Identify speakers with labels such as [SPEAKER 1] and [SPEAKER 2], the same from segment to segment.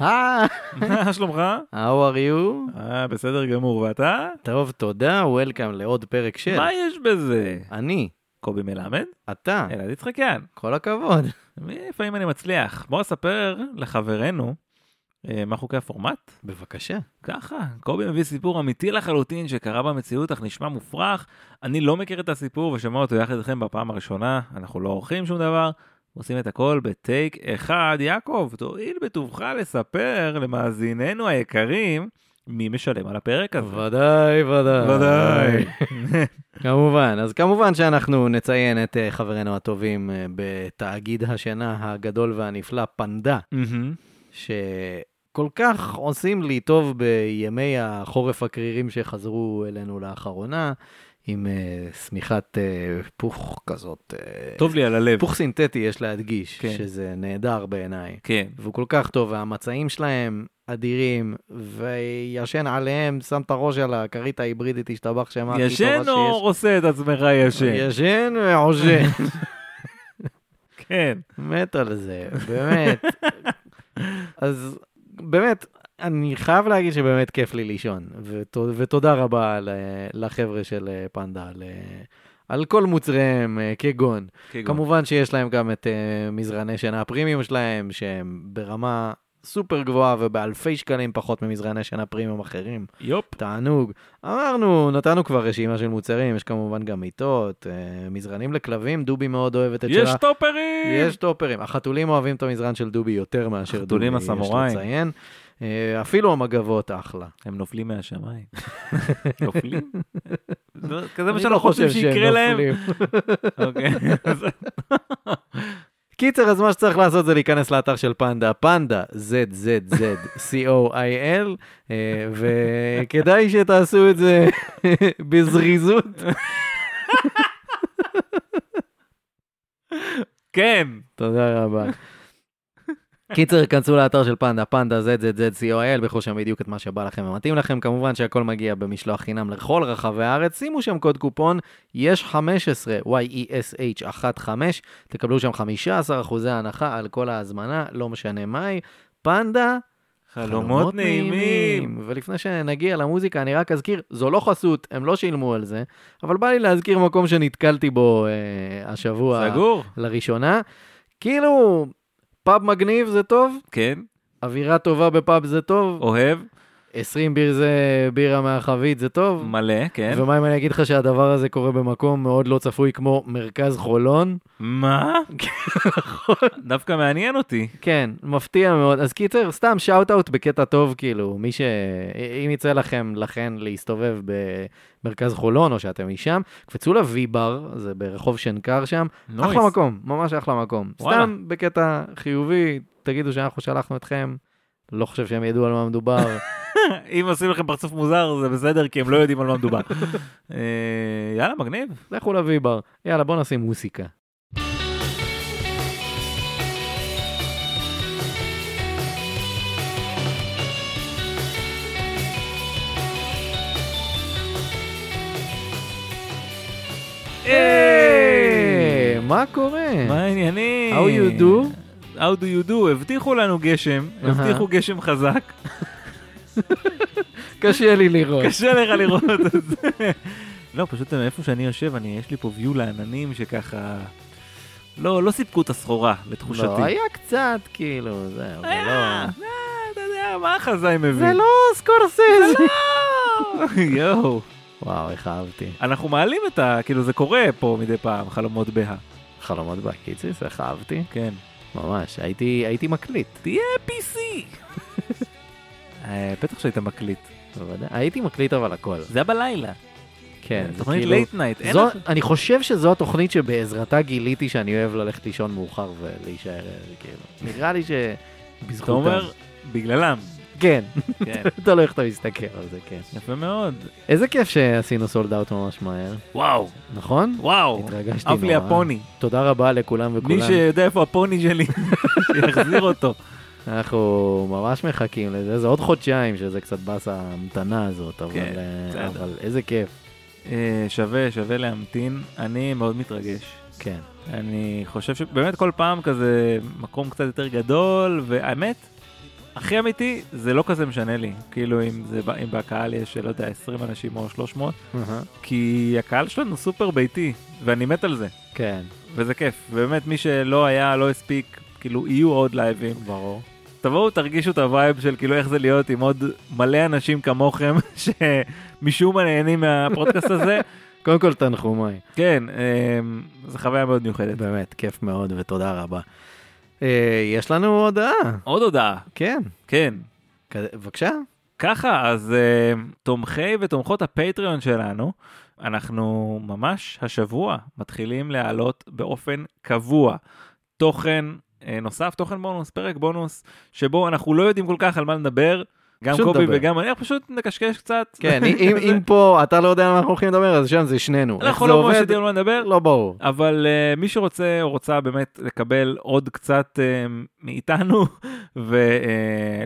[SPEAKER 1] אה,
[SPEAKER 2] מה שלומך?
[SPEAKER 1] How are you?
[SPEAKER 2] אה, בסדר גמור, ואתה?
[SPEAKER 1] טוב, תודה, Welcome לעוד פרק של...
[SPEAKER 2] מה יש בזה?
[SPEAKER 1] אני,
[SPEAKER 2] קובי מלמד?
[SPEAKER 1] אתה,
[SPEAKER 2] אלעד יצחקיאן.
[SPEAKER 1] כל הכבוד.
[SPEAKER 2] לפעמים אני מצליח. בוא אספר לחברינו אה, מה חוקי הפורמט.
[SPEAKER 1] בבקשה.
[SPEAKER 2] ככה, קובי מביא סיפור אמיתי לחלוטין שקרה במציאות, אך נשמע מופרך. אני לא מכיר את הסיפור ושומע אותו יחד איתכם בפעם הראשונה. אנחנו לא עורכים שום דבר, עושים את הכל בטייק אחד. יעקב, תואיל בטובך לספר למאזיננו היקרים מי משלם על הפרק הזה.
[SPEAKER 1] ודאי, ודאי. כמובן, אז כמובן שאנחנו נציין את אה, חברינו הטובים אה, בתאגיד השינה הגדול והנפלא, פנדה,
[SPEAKER 2] מהמם.
[SPEAKER 1] שכל כך עושים לי טוב בימי החורף הקרירים שחזרו אלינו לאחרונה, עם אה, שמיכת אה, פוך כזאת. אה,
[SPEAKER 2] טוב לי על הלב.
[SPEAKER 1] היפוך סינתטי, יש להדגיש,
[SPEAKER 2] כן.
[SPEAKER 1] כן. שזה נהדר בעיניי.
[SPEAKER 2] כן.
[SPEAKER 1] והוא כל כך טוב, והמצעים שלהם אדירים, וישן עליהם, שם את הראש על הכרית ההיברידית, השתבח שמה הכי
[SPEAKER 2] ישן
[SPEAKER 1] טובה
[SPEAKER 2] או עושה את עצמך ישן?
[SPEAKER 1] שיש. ישן ועושן,
[SPEAKER 2] כן.
[SPEAKER 1] מת על זה, באמת. אז באמת, אני חייב להגיד שבאמת כיף לי לישון, ותודה, ותודה רבה ל- לחבר'ה של אה, פנדה, על, אה, על כל מוצריהם, אה, כגון
[SPEAKER 2] כן, כאילו.
[SPEAKER 1] כמובן שיש להם גם את uh, מזרני שינה הפרימיום שלהם, שהם ברמה סופר גבוהה ובאלפי שקלים פחות ממזרני שינה פרימיום אחרים.
[SPEAKER 2] יופ.
[SPEAKER 1] תענוג. אמרנו, נתנו כבר רשימה של מוצרים, יש כמובן גם מיטות, uh, מזרנים לכלבים, דובי מאוד אוהבת את
[SPEAKER 2] יש
[SPEAKER 1] שלה.
[SPEAKER 2] טופרים!
[SPEAKER 1] יש טופרים. החתולים אוהבים את המזרן של דובי יותר מאשר דובי,
[SPEAKER 2] החתולים
[SPEAKER 1] יש
[SPEAKER 2] הסמוראים.
[SPEAKER 1] לציין. אה, אפילו המגבות אחלה.
[SPEAKER 2] הם נופלים מהשמיים. נופלים? זה- כזה מה
[SPEAKER 1] אני
[SPEAKER 2] שאנחנו
[SPEAKER 1] לא
[SPEAKER 2] חושבים
[SPEAKER 1] חושב שהם
[SPEAKER 2] שיקרה להם.
[SPEAKER 1] נופלים.
[SPEAKER 2] אוקיי. אז-
[SPEAKER 1] קיצר, אז מה שצריך לעשות זה להיכנס לאתר של פנדה, פנדה, ZZZCOIL, אה, וכדאי שתעשו את זה בזריזות.
[SPEAKER 2] כן.
[SPEAKER 1] תודה רבה. קיצר, כנסו לאתר של פנדה, פנדה ZZZCOIL, בחרו שם בדיוק את מה שבא לכם ומתאים לכם. כמובן שהכל מגיע במשלוח חינם לכל רחבי הארץ. שימו שם קוד קופון, יש 15, YESH15, תקבלו שם 15 אחוזי הנחה על כל ההזמנה, לא משנה מהי. פנדה,
[SPEAKER 2] חלומות נעימים.
[SPEAKER 1] ולפני שנגיע למוזיקה, אני רק אזכיר, זו לא חסות, הם לא שילמו על זה, אבל בא לי להזכיר מקום שנתקלתי בו אה, השבוע.
[SPEAKER 2] סגור.
[SPEAKER 1] לראשונה. כאילו, פאב מגניב זה טוב,
[SPEAKER 2] כן.
[SPEAKER 1] אווירה טובה בפאב זה טוב,
[SPEAKER 2] אוהב.
[SPEAKER 1] 20 ביר זה בירה מהחבית זה טוב.
[SPEAKER 2] מלא. כן.
[SPEAKER 1] ומה אם אני אגיד לך שהדבר הזה קורה במקום מאוד לא צפוי כמו מרכז חולון?
[SPEAKER 2] מה? כן, דווקא מעניין אותי.
[SPEAKER 1] כן, מפתיע מאוד. אז קיצר, סתם שאוט אאוט בקטע טוב, כאילו, מי ש... אם יצא לכם, לכן, להסתובב במרכז חולון, או שאתם משם, קפצו לוי-בר, זה ברחוב שנקר שם,
[SPEAKER 2] נויס.
[SPEAKER 1] אחלה מקום, ממש אחלה מקום.
[SPEAKER 2] וואלה.
[SPEAKER 1] סתם בקטע חיובי, תגידו שאנחנו שלחנו אתכם, לא חושב שהם ידעו על מה מדובר.
[SPEAKER 2] אם עושים לכם פרצוף מוזר זה בסדר כי הם לא יודעים על מה מדובר. אה, יאללה מגניב.
[SPEAKER 1] לכו לוי-בר, יאללה בוא נשים מוסיקה. היי, מה קורה?
[SPEAKER 2] מה העניינים?
[SPEAKER 1] How you do?
[SPEAKER 2] How כן. do you do? הבטיחו לנו גשם,
[SPEAKER 1] אהה.
[SPEAKER 2] הבטיחו גשם חזק,
[SPEAKER 1] קשה לי לראות. לא,
[SPEAKER 2] קשה לך לראות את זה. לא, פשוט מאיפה שאני יושב, אני, יש לי פה view לעננים שככה... לא, לא סיפקו את הסחורה, לתחושתי.
[SPEAKER 1] לא, היה קצת, כאילו, זהו,
[SPEAKER 2] היה,
[SPEAKER 1] ולא...
[SPEAKER 2] אה, אתה יודע, מה החזאי מבין?
[SPEAKER 1] זה לא
[SPEAKER 2] לא.
[SPEAKER 1] סקורסז.
[SPEAKER 2] יואו.
[SPEAKER 1] וואו, איך אהבתי.
[SPEAKER 2] אנחנו מעלים את ה... כאילו, זה קורה פה מדי פעם, חלומות בה.
[SPEAKER 1] חלומות בקיציס, איך אהבתי.
[SPEAKER 2] כן.
[SPEAKER 1] ממש, הייתי, הייתי מקליט.
[SPEAKER 2] תהיה PC! אה, בטח שהיית מקליט.
[SPEAKER 1] בוודאי. הייתי מקליט אבל הכל.
[SPEAKER 2] זה היה בלילה.
[SPEAKER 1] כן, זה
[SPEAKER 2] תוכנית
[SPEAKER 1] כאילו...
[SPEAKER 2] לייט נייט.
[SPEAKER 1] זו, אני חושב שזו התוכנית שבעזרתה גיליתי שאני אוהב ללכת לישון מאוחר ולהישאר, אה, כאילו. נראה לי
[SPEAKER 2] אתה
[SPEAKER 1] שבזכותם.
[SPEAKER 2] אומר, בגללם.
[SPEAKER 1] כן,
[SPEAKER 2] כן.
[SPEAKER 1] תלוי איך אתה מסתכל על זה, כן.
[SPEAKER 2] יפה מאוד.
[SPEAKER 1] איזה כיף שעשינו סולד אאוט ממש מהר,
[SPEAKER 2] וואו,
[SPEAKER 1] נכון?
[SPEAKER 2] וואו.
[SPEAKER 1] התרגשתי נורא.
[SPEAKER 2] עף לי הפוני.
[SPEAKER 1] תודה רבה לכולם
[SPEAKER 2] מי
[SPEAKER 1] וכולם.
[SPEAKER 2] שיודע איפה הפוני שלי, שיחזיר אותו.
[SPEAKER 1] אנחנו ממש מחכים לזה, זה עוד חודשיים שזה קצת באס ההמתנה הזאת, אבל,
[SPEAKER 2] כן,
[SPEAKER 1] אה,
[SPEAKER 2] בסדר.
[SPEAKER 1] אבל איזה כיף.
[SPEAKER 2] אה, שווה, שווה להמתין. אני מאוד מתרגש.
[SPEAKER 1] כן.
[SPEAKER 2] אני חושב שבאמת כל פעם כזה מקום קצת יותר גדול, והאמת, הכי אמיתי, זה לא כזה משנה לי. כאילו, אם, זה, ב- אם בקהל יש, לא יודע, 20 אנשים או 300,
[SPEAKER 1] אהה,
[SPEAKER 2] כי הקהל שלנו סופר ביתי, ואני מת על זה,
[SPEAKER 1] כן,
[SPEAKER 2] וזה כיף. ובאמת, מי שלא היה, לא הספיק, כאילו, יהיו עוד לייבים.
[SPEAKER 1] ברור.
[SPEAKER 2] תבואו, תרגישו את הווייב של כאילו איך זה להיות עם עוד מלא אנשים כמוכם, שמשום מה נהנים מהפודקאסט הזה.
[SPEAKER 1] קודם כל תנחומיי,
[SPEAKER 2] כן, אמ, זו חוויה מאוד מיוחדת.
[SPEAKER 1] באמת, כיף מאוד ותודה רבה. אה, יש לנו הודעה,
[SPEAKER 2] עוד הודעה,
[SPEAKER 1] כן,
[SPEAKER 2] כן.
[SPEAKER 1] כ- בבקשה.
[SPEAKER 2] ככה, אז אמ, תומכי ותומכות הפטריון שלנו, אנחנו ממש השבוע מתחילים להעלות באופן קבוע תוכן אה, נוסף, תוכן בונוס, פרק בונוס, שבו אנחנו לא יודעים כל כך על מה נדבר. גם
[SPEAKER 1] פשוט
[SPEAKER 2] קובי
[SPEAKER 1] נדבר.
[SPEAKER 2] וגם אני, אנחנו פשוט נקשקש קצת.
[SPEAKER 1] כן, אם-
[SPEAKER 2] זה-
[SPEAKER 1] אם פה אתה לא יודע על מה אנחנו הולכים לדבר, אז שם זה שנינו. איך
[SPEAKER 2] אנחנו
[SPEAKER 1] זה
[SPEAKER 2] לא ממש
[SPEAKER 1] עובד?
[SPEAKER 2] יודעים על מה נדבר,
[SPEAKER 1] לא ברור.
[SPEAKER 2] אבל uh, מי שרוצה או רוצה באמת לקבל עוד קצת uh, מאיתנו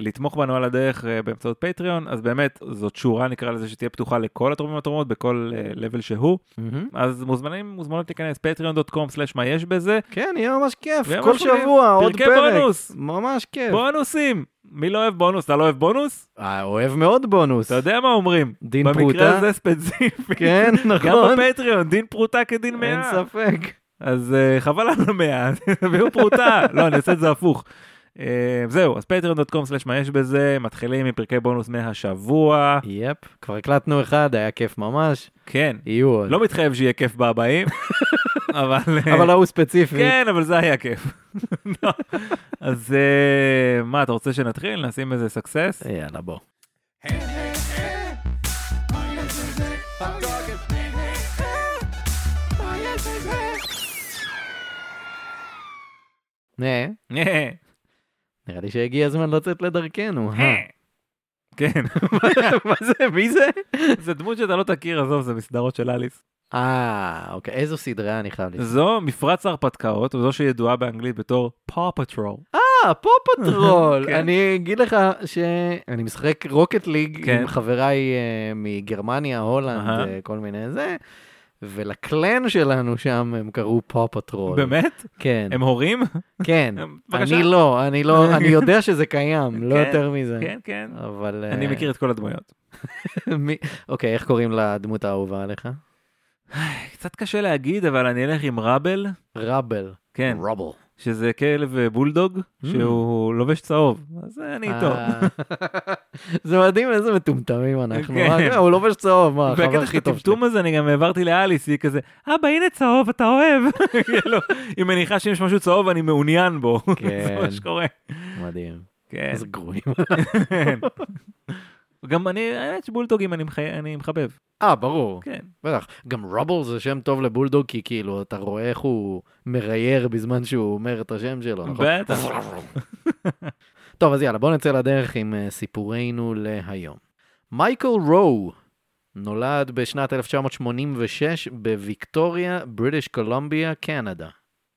[SPEAKER 2] ולתמוך בנו על הדרך uh, באמצעות פטריון, אז באמת זאת שורה נקרא לזה שתהיה פתוחה לכל התורמים והתורמות בכל uh, level שהוא,
[SPEAKER 1] מהמם.
[SPEAKER 2] אז מוזמנים, מוזמנות להיכנס patreon.com/מה יש בזה,
[SPEAKER 1] כן, יהיה ממש כיף,
[SPEAKER 2] ויהיה
[SPEAKER 1] כל
[SPEAKER 2] ממש מגניב.
[SPEAKER 1] שבוע עוד
[SPEAKER 2] פרקי
[SPEAKER 1] פרק.
[SPEAKER 2] בונוס.
[SPEAKER 1] ממש כיף.
[SPEAKER 2] בונוסים! מי לא אוהב בונוס? אתה לא אוהב בונוס?
[SPEAKER 1] אה, אוהב מאוד בונוס.
[SPEAKER 2] אתה יודע מה אומרים.
[SPEAKER 1] דין
[SPEAKER 2] במקרה
[SPEAKER 1] פרוטה.
[SPEAKER 2] הזה ספציפי.
[SPEAKER 1] כן,
[SPEAKER 2] גם
[SPEAKER 1] נכון.
[SPEAKER 2] בפטריון, דין פרוטה כדין מאה.
[SPEAKER 1] אין ספק.
[SPEAKER 2] אז אה, חבל על המאה, תביאו פרוטה, לא, אני אעשה את זה הפוך. אה, זהו, אז patreon.com/מה יש בזה, מתחילים עם פרקי בונוס מהשבוע.
[SPEAKER 1] יפ, כבר הקלטנו אחד, היה כיף ממש,
[SPEAKER 2] כן,
[SPEAKER 1] יהיו עוד.
[SPEAKER 2] לא מתחייב שיהיה כיף בבאים, אבל... אה,
[SPEAKER 1] אבל לא ההוא ספציפי.
[SPEAKER 2] כן, אבל זה היה כיף. לא. אז אה, מה, אתה רוצה שנתחיל? נשים איזה סקסס?
[SPEAKER 1] יאללה, בוא. נה,
[SPEAKER 2] אה,
[SPEAKER 1] נראה לי שהגיע הזמן לצאת לדרכנו. אה.
[SPEAKER 2] אה. כן,
[SPEAKER 1] מה זה? מי זה?
[SPEAKER 2] זה דמות שאתה לא תכיר, עזוב, זה מסדרות של אליס.
[SPEAKER 1] אה, אוקיי, איזו סדרה אני חייב לזה.
[SPEAKER 2] זו מפרץ ההרפתקאות, וזו שידועה באנגלית בתור פאו פטרול.
[SPEAKER 1] אה, פו פטרול.
[SPEAKER 2] כן.
[SPEAKER 1] אני אגיד לך שאני משחק רוקט ליג
[SPEAKER 2] כן.
[SPEAKER 1] עם חבריי אה, מגרמניה, הולנד,
[SPEAKER 2] אהה.
[SPEAKER 1] אה, כל מיני זה, ולקלן שלנו שם הם קראו פו פטרול.
[SPEAKER 2] באמת?
[SPEAKER 1] כן,
[SPEAKER 2] הם הורים?
[SPEAKER 1] כן.
[SPEAKER 2] בבקשה.
[SPEAKER 1] אני לא, אני לא, אני יודע שזה קיים, לא
[SPEAKER 2] כן,
[SPEAKER 1] יותר מזה.
[SPEAKER 2] כן, כן.
[SPEAKER 1] אבל...
[SPEAKER 2] אני
[SPEAKER 1] אה,
[SPEAKER 2] מכיר את כל הדמויות.
[SPEAKER 1] מי- אוקיי, איך קוראים לדמות האהובה עליך?
[SPEAKER 2] קצת קשה להגיד, אבל אני אלך עם ראבל,
[SPEAKER 1] ראבל.
[SPEAKER 2] כן,
[SPEAKER 1] ראבל.
[SPEAKER 2] שזה כלב אה, בולדוג,
[SPEAKER 1] Mm.
[SPEAKER 2] שהוא לובש צהוב, אז אני איתו.
[SPEAKER 1] אה, זה מדהים איזה מטומטמים אנחנו,
[SPEAKER 2] כן.
[SPEAKER 1] רק- הוא לובש צהוב, מה, לא, החבר
[SPEAKER 2] והקטע של
[SPEAKER 1] הכי טוב שלי.
[SPEAKER 2] הטמטום הזה אני גם העברתי לאליס, היא כזה, אבא הנה צהוב, אתה אוהב. כאילו, היא מניחה שאם יש משהו צהוב אני מעוניין בו. זה מה
[SPEAKER 1] כן.
[SPEAKER 2] שקורה.
[SPEAKER 1] מדהים.
[SPEAKER 2] כן,
[SPEAKER 1] איזה גרועים.
[SPEAKER 2] כן. גם אני, האמת שבולדוגים אני מחי- אני מחבב,
[SPEAKER 1] אה, ברור,
[SPEAKER 2] כן.
[SPEAKER 1] בטח. גם רובל זה שם טוב לבולדוג, כי כאילו, אתה רואה איך הוא מרייר בזמן שהוא אומר את השם שלו, נכון?
[SPEAKER 2] בטח.
[SPEAKER 1] טוב, אז יאללה, בואו נצא לדרך עם אה, סיפורנו להיום. מייקל רו נולד בשנת 1986 בוויקטוריה, בריטיש קולומביה, קנדה.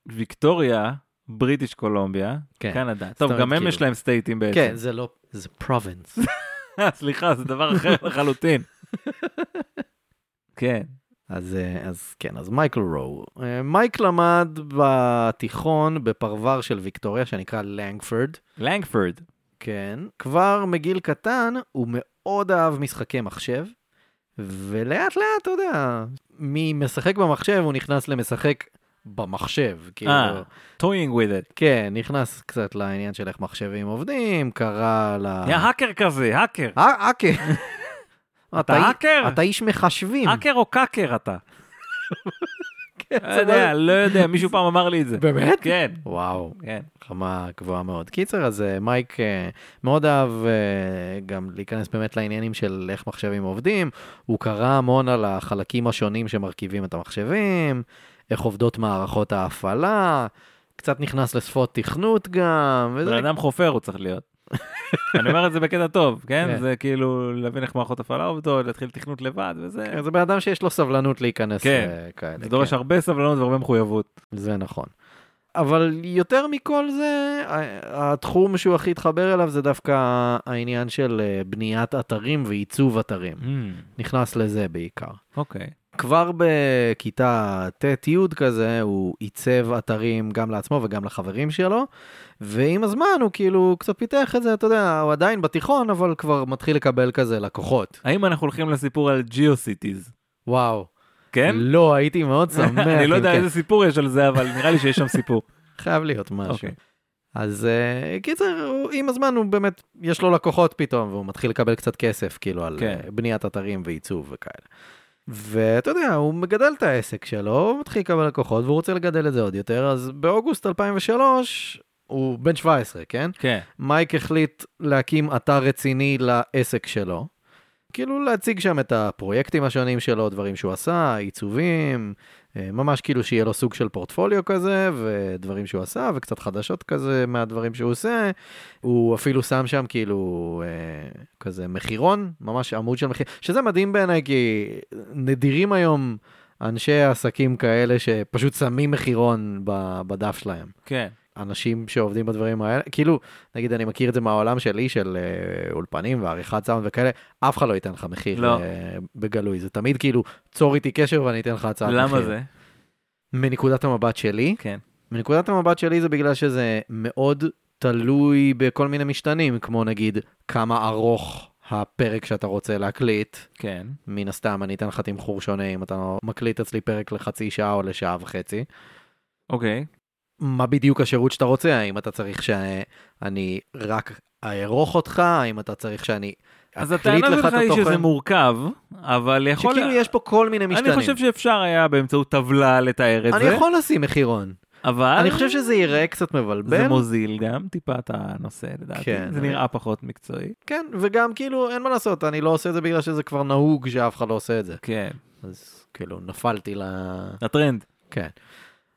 [SPEAKER 2] ויקטוריה, בריטיש קולומביה,
[SPEAKER 1] כן.
[SPEAKER 2] קנדה. טוב,
[SPEAKER 1] אומרת,
[SPEAKER 2] גם הם
[SPEAKER 1] כאילו-
[SPEAKER 2] יש להם סטייטים בעצם.
[SPEAKER 1] כן, זה לא, זה פרובינס. כן.
[SPEAKER 2] סליחה, זה דבר אחר לחלוטין. כן.
[SPEAKER 1] אז, אה, אז כן, אז מייקל רו. אה, מייק למד בתיכון בפרבר של ויקטוריה, שנקרא לנגפורד.
[SPEAKER 2] לנגפורד.
[SPEAKER 1] כן. כבר מגיל קטן, הוא מאוד אהב משחקי מחשב, ולאט לאט, אתה יודע, ממשחק במחשב, הוא נכנס למשחק במחשב. כאילו,
[SPEAKER 2] אה. טוינג וויד את.
[SPEAKER 1] כן, נכנס קצת לעניין של איך מחשבים עובדים, קרא ל...
[SPEAKER 2] יא האקר כזה, האקר.
[SPEAKER 1] אה, אוקיי.
[SPEAKER 2] אתה האקר?
[SPEAKER 1] אתה איש מחשבים.
[SPEAKER 2] האקר או קאקר אתה?
[SPEAKER 1] כן,
[SPEAKER 2] לא
[SPEAKER 1] זה
[SPEAKER 2] יודע,
[SPEAKER 1] מה-
[SPEAKER 2] לא יודע, מישהו פעם אמר לי את זה.
[SPEAKER 1] באמת?
[SPEAKER 2] כן,
[SPEAKER 1] וואו.
[SPEAKER 2] כן.
[SPEAKER 1] רמה גבוהה מאוד. קיצר, אז אה, מייק אה, מאוד אהב אה, גם להיכנס באמת לעניינים של איך מחשבים עובדים. הוא קרא המון על החלקים השונים שמרכיבים את המחשבים, איך עובדות מערכות ההפעלה, קצת נכנס לשפות תכנות גם, וזה...
[SPEAKER 2] בן אדם חופר הוא צריך להיות. אני אומר את זה בקטע טוב, כן?
[SPEAKER 1] כן.
[SPEAKER 2] זה כאילו להבין איך מערכות הפעלה עובדות, להתחיל תכנות לבד וזה.
[SPEAKER 1] כן, זה בן אדם שיש לו סבלנות להיכנס
[SPEAKER 2] כן.
[SPEAKER 1] אה, כאלה.
[SPEAKER 2] זה דורש
[SPEAKER 1] כן,
[SPEAKER 2] הרבה סבלנות והרבה מחויבות.
[SPEAKER 1] זה נכון. אבל יותר מכל זה, ה- התחום שהוא הכי התחבר אליו זה דווקא Mm. העניין של אה, בניית אתרים ועיצוב אתרים. נכנס לזה בעיקר.
[SPEAKER 2] אוקיי.
[SPEAKER 1] כבר בכיתה ט'-י' כזה, הוא עיצב אתרים גם לעצמו וגם לחברים שלו, ועם הזמן הוא כאילו קצת פיתח את זה, אתה יודע, הוא עדיין בתיכון, אבל כבר מתחיל לקבל כזה לקוחות.
[SPEAKER 2] האם אנחנו הולכים לסיפור על ג'יוסיטיז?
[SPEAKER 1] וואו.
[SPEAKER 2] כן?
[SPEAKER 1] לא, הייתי מאוד שמח.
[SPEAKER 2] אני לא
[SPEAKER 1] אם
[SPEAKER 2] יודע
[SPEAKER 1] כן.
[SPEAKER 2] איזה סיפור יש על זה, אבל נראה לי שיש שם סיפור.
[SPEAKER 1] חייב להיות משהו.
[SPEAKER 2] אוקיי.
[SPEAKER 1] אז אה, קיצר, הוא- עם הזמן הוא באמת, יש לו לקוחות פתאום, והוא מתחיל לקבל קצת כסף, כאילו, על
[SPEAKER 2] כן.
[SPEAKER 1] כן. בניית אתרים ועיצוב וכאלה. ואתה יודע, הוא מגדל את העסק שלו, הוא מתחיל לקבל לקוחות, והוא רוצה לגדל את זה עוד יותר, אז באוגוסט 2003, הוא בן 17, כן?
[SPEAKER 2] כן.
[SPEAKER 1] מייק החליט להקים אתר רציני לעסק שלו. כאילו להציג שם את הפרויקטים השונים שלו, דברים שהוא עשה, עיצובים, אה, ממש כאילו שיהיה לו סוג של פורטפוליו כזה, ודברים שהוא עשה, וקצת חדשות כזה מהדברים שהוא עושה. הוא אפילו שם שם כאילו אה, כזה מחירון, ממש עמוד של מחיר, שזה מדהים בעיניי, כי נדירים היום אנשי עסקים כאלה שפשוט שמים מחירון ב- בדף שלהם.
[SPEAKER 2] כן.
[SPEAKER 1] אנשים שעובדים בדברים האלה, כאילו, נגיד אני מכיר את זה מהעולם שלי, של אה, אולפנים ועריכת סאונד וכאלה, אף אחד לא ייתן לך מחיר
[SPEAKER 2] לא.
[SPEAKER 1] אה, בגלוי, זה תמיד כאילו, צור איתי קשר ואני אתן לך הצעת מחיר.
[SPEAKER 2] למה זה?
[SPEAKER 1] מנקודת המבט שלי,
[SPEAKER 2] כן.
[SPEAKER 1] מנקודת המבט שלי זה בגלל שזה מאוד תלוי בכל מיני משתנים, כמו נגיד, כמה ארוך הפרק שאתה רוצה להקליט.
[SPEAKER 2] כן.
[SPEAKER 1] מן הסתם, אני אתן לך תמחור שונה אם אתה מקליט אצלי פרק לחצי שעה או לשעה וחצי.
[SPEAKER 2] אוקיי.
[SPEAKER 1] מה בדיוק השירות שאתה רוצה, האם אתה צריך שאני רק אערוך אותך, האם אתה צריך שאני
[SPEAKER 2] אז
[SPEAKER 1] אקליט
[SPEAKER 2] הטענה
[SPEAKER 1] לך את
[SPEAKER 2] שלך היא שזה
[SPEAKER 1] התוכן,
[SPEAKER 2] מורכב, אבל יכול...
[SPEAKER 1] שכאילו יש פה כל מיני משתנים.
[SPEAKER 2] אני חושב שאפשר היה באמצעות טבלה לתאר את
[SPEAKER 1] אני
[SPEAKER 2] זה,
[SPEAKER 1] יכול לשים מחירון,
[SPEAKER 2] אבל...
[SPEAKER 1] אני חושב שזה ייראה קצת
[SPEAKER 2] זה
[SPEAKER 1] מבלבל,
[SPEAKER 2] מוזיל גם טיפה את הנושא לדעתי,
[SPEAKER 1] כן.
[SPEAKER 2] זה נראה פחות מקצועי.
[SPEAKER 1] כן, וגם כאילו אין מה לעשות, אני לא עושה את זה בגלל שזה כבר נהוג שאף אחד לא עושה את זה.
[SPEAKER 2] כן,
[SPEAKER 1] אז כאילו נפלתי ל...
[SPEAKER 2] הטרנד.
[SPEAKER 1] כן.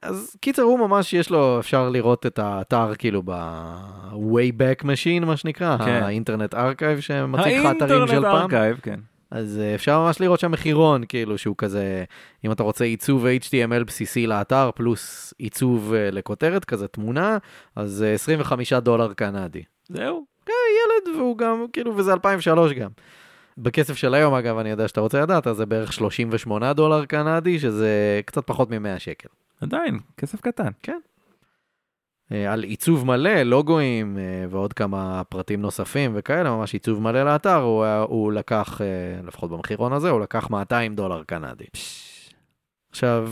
[SPEAKER 1] אז קיצר, הוא ממש יש לו, אפשר לראות את האתר כאילו ב-Wayback Machine, מה שנקרא,
[SPEAKER 2] כן.
[SPEAKER 1] האינטרנט ארכייב שמציג לך אתרים של פעם.
[SPEAKER 2] ארכייב, כן.
[SPEAKER 1] אז אה, אפשר ממש לראות שם מחירון, כאילו שהוא כזה, אם אתה רוצה עיצוב HTML בסיסי לאתר, פלוס עיצוב אה, לכותרת, כזה תמונה, אז אה, 25 דולר קנדי.
[SPEAKER 2] זהו.
[SPEAKER 1] ילד, והוא גם, כאילו, וזה 2003 גם. בכסף של היום, אגב, אני יודע שאתה רוצה לדעת, אז זה בערך 38 דולר קנדי, שזה קצת פחות מ-100 שקל.
[SPEAKER 2] עדיין, כסף קטן.
[SPEAKER 1] אה, על עיצוב מלא, לוגוים אה, ועוד כמה פרטים נוספים וכאלה, ממש עיצוב מלא לאתר, הוא, היה- הוא לקח, אה, לפחות במחירון הזה, הוא לקח 200 דולר קנדי. עכשיו,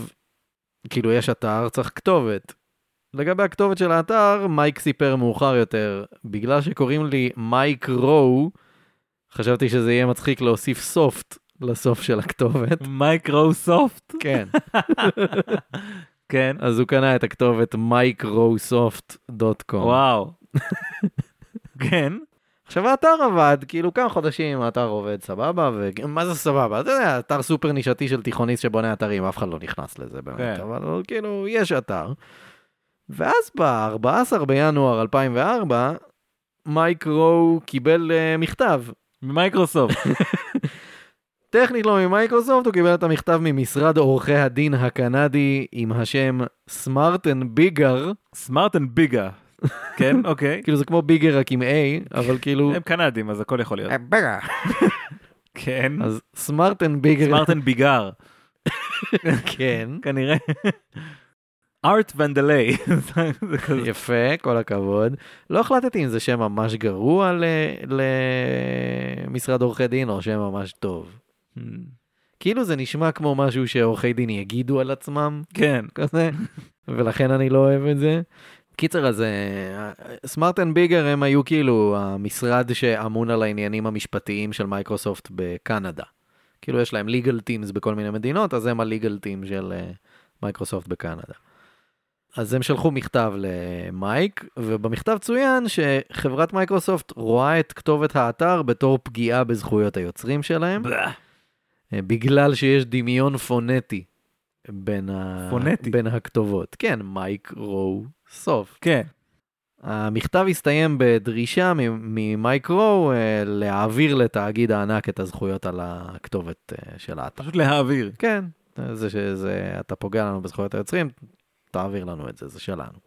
[SPEAKER 1] כאילו יש אתר, צריך כתובת. לגבי הכתובת של האתר, מייק סיפר מאוחר יותר, בגלל שקוראים לי מייק רו, חשבתי שזה יהיה מצחיק להוסיף סופט לסוף של הכתובת.
[SPEAKER 2] מייקרוסופט.
[SPEAKER 1] כן.
[SPEAKER 2] כן.
[SPEAKER 1] אז הוא קנה את הכתובת microsoft.com.
[SPEAKER 2] וואו. כן.
[SPEAKER 1] עכשיו האתר עבד, כאילו כמה חודשים האתר עובד סבבה, ומה זה סבבה? אתה יודע, אתר סופר נישתי של תיכוניסט שבונה אתרים, אף אחד לא נכנס לזה באמת,
[SPEAKER 2] כן.
[SPEAKER 1] אבל כאילו, יש אתר. ואז ב-14 בינואר 2004, מייק רו קיבל uh, מכתב.
[SPEAKER 2] מייקרוסופט.
[SPEAKER 1] טכנית לא ממייקרוסופט, הוא קיבל את המכתב ממשרד עורכי הדין הקנדי עם השם סמארטן ביגר,
[SPEAKER 2] סמארט אנד ביגה. כן, אוקיי.
[SPEAKER 1] כאילו זה כמו ביגר רק עם A, אבל כאילו...
[SPEAKER 2] הם קנדים, אז הכל יכול להיות.
[SPEAKER 1] ביגר.
[SPEAKER 2] כן.
[SPEAKER 1] אז סמארטן ביגר,
[SPEAKER 2] סמארט אנד ביגר,
[SPEAKER 1] כן.
[SPEAKER 2] כנראה. ארט ונדלי. זה כזה.
[SPEAKER 1] יפה, כל הכבוד. לא החלטתי אם זה שם ממש גרוע ל- למשרד עורכי דין או שם ממש טוב. כאילו זה נשמע כמו משהו שעורכי דין יגידו על עצמם,
[SPEAKER 2] כן.
[SPEAKER 1] כזה, ולכן אני לא אוהב את זה. קיצר, אז אה, סמארט אנד ביגר הם היו כאילו המשרד שאמון על העניינים המשפטיים של מייקרוסופט בקנדה. כאילו יש להם legal teams בכל מיני מדינות, אז הם ה-legal team של אה, מייקרוסופט בקנדה. אז הם שלחו מכתב למייק, ובמכתב צוין שחברת מייקרוסופט רואה את כתובת האתר בתור פגיעה בזכויות היוצרים שלהם,
[SPEAKER 2] בלה.
[SPEAKER 1] אה, בגלל שיש דמיון פונטי בין, ה...
[SPEAKER 2] פונטי.
[SPEAKER 1] בין הכתובות. כן, מייק רו סוף.
[SPEAKER 2] כן.
[SPEAKER 1] המכתב הסתיים בדרישה מ- ממייק רו אה, להעביר לתאגיד הענק את הזכויות על הכתובת אה, של האתר.
[SPEAKER 2] פשוט להעביר.
[SPEAKER 1] כן, זה שזה, אתה פוגע לנו בזכויות היוצרים, תעביר לנו את זה, זה שלנו.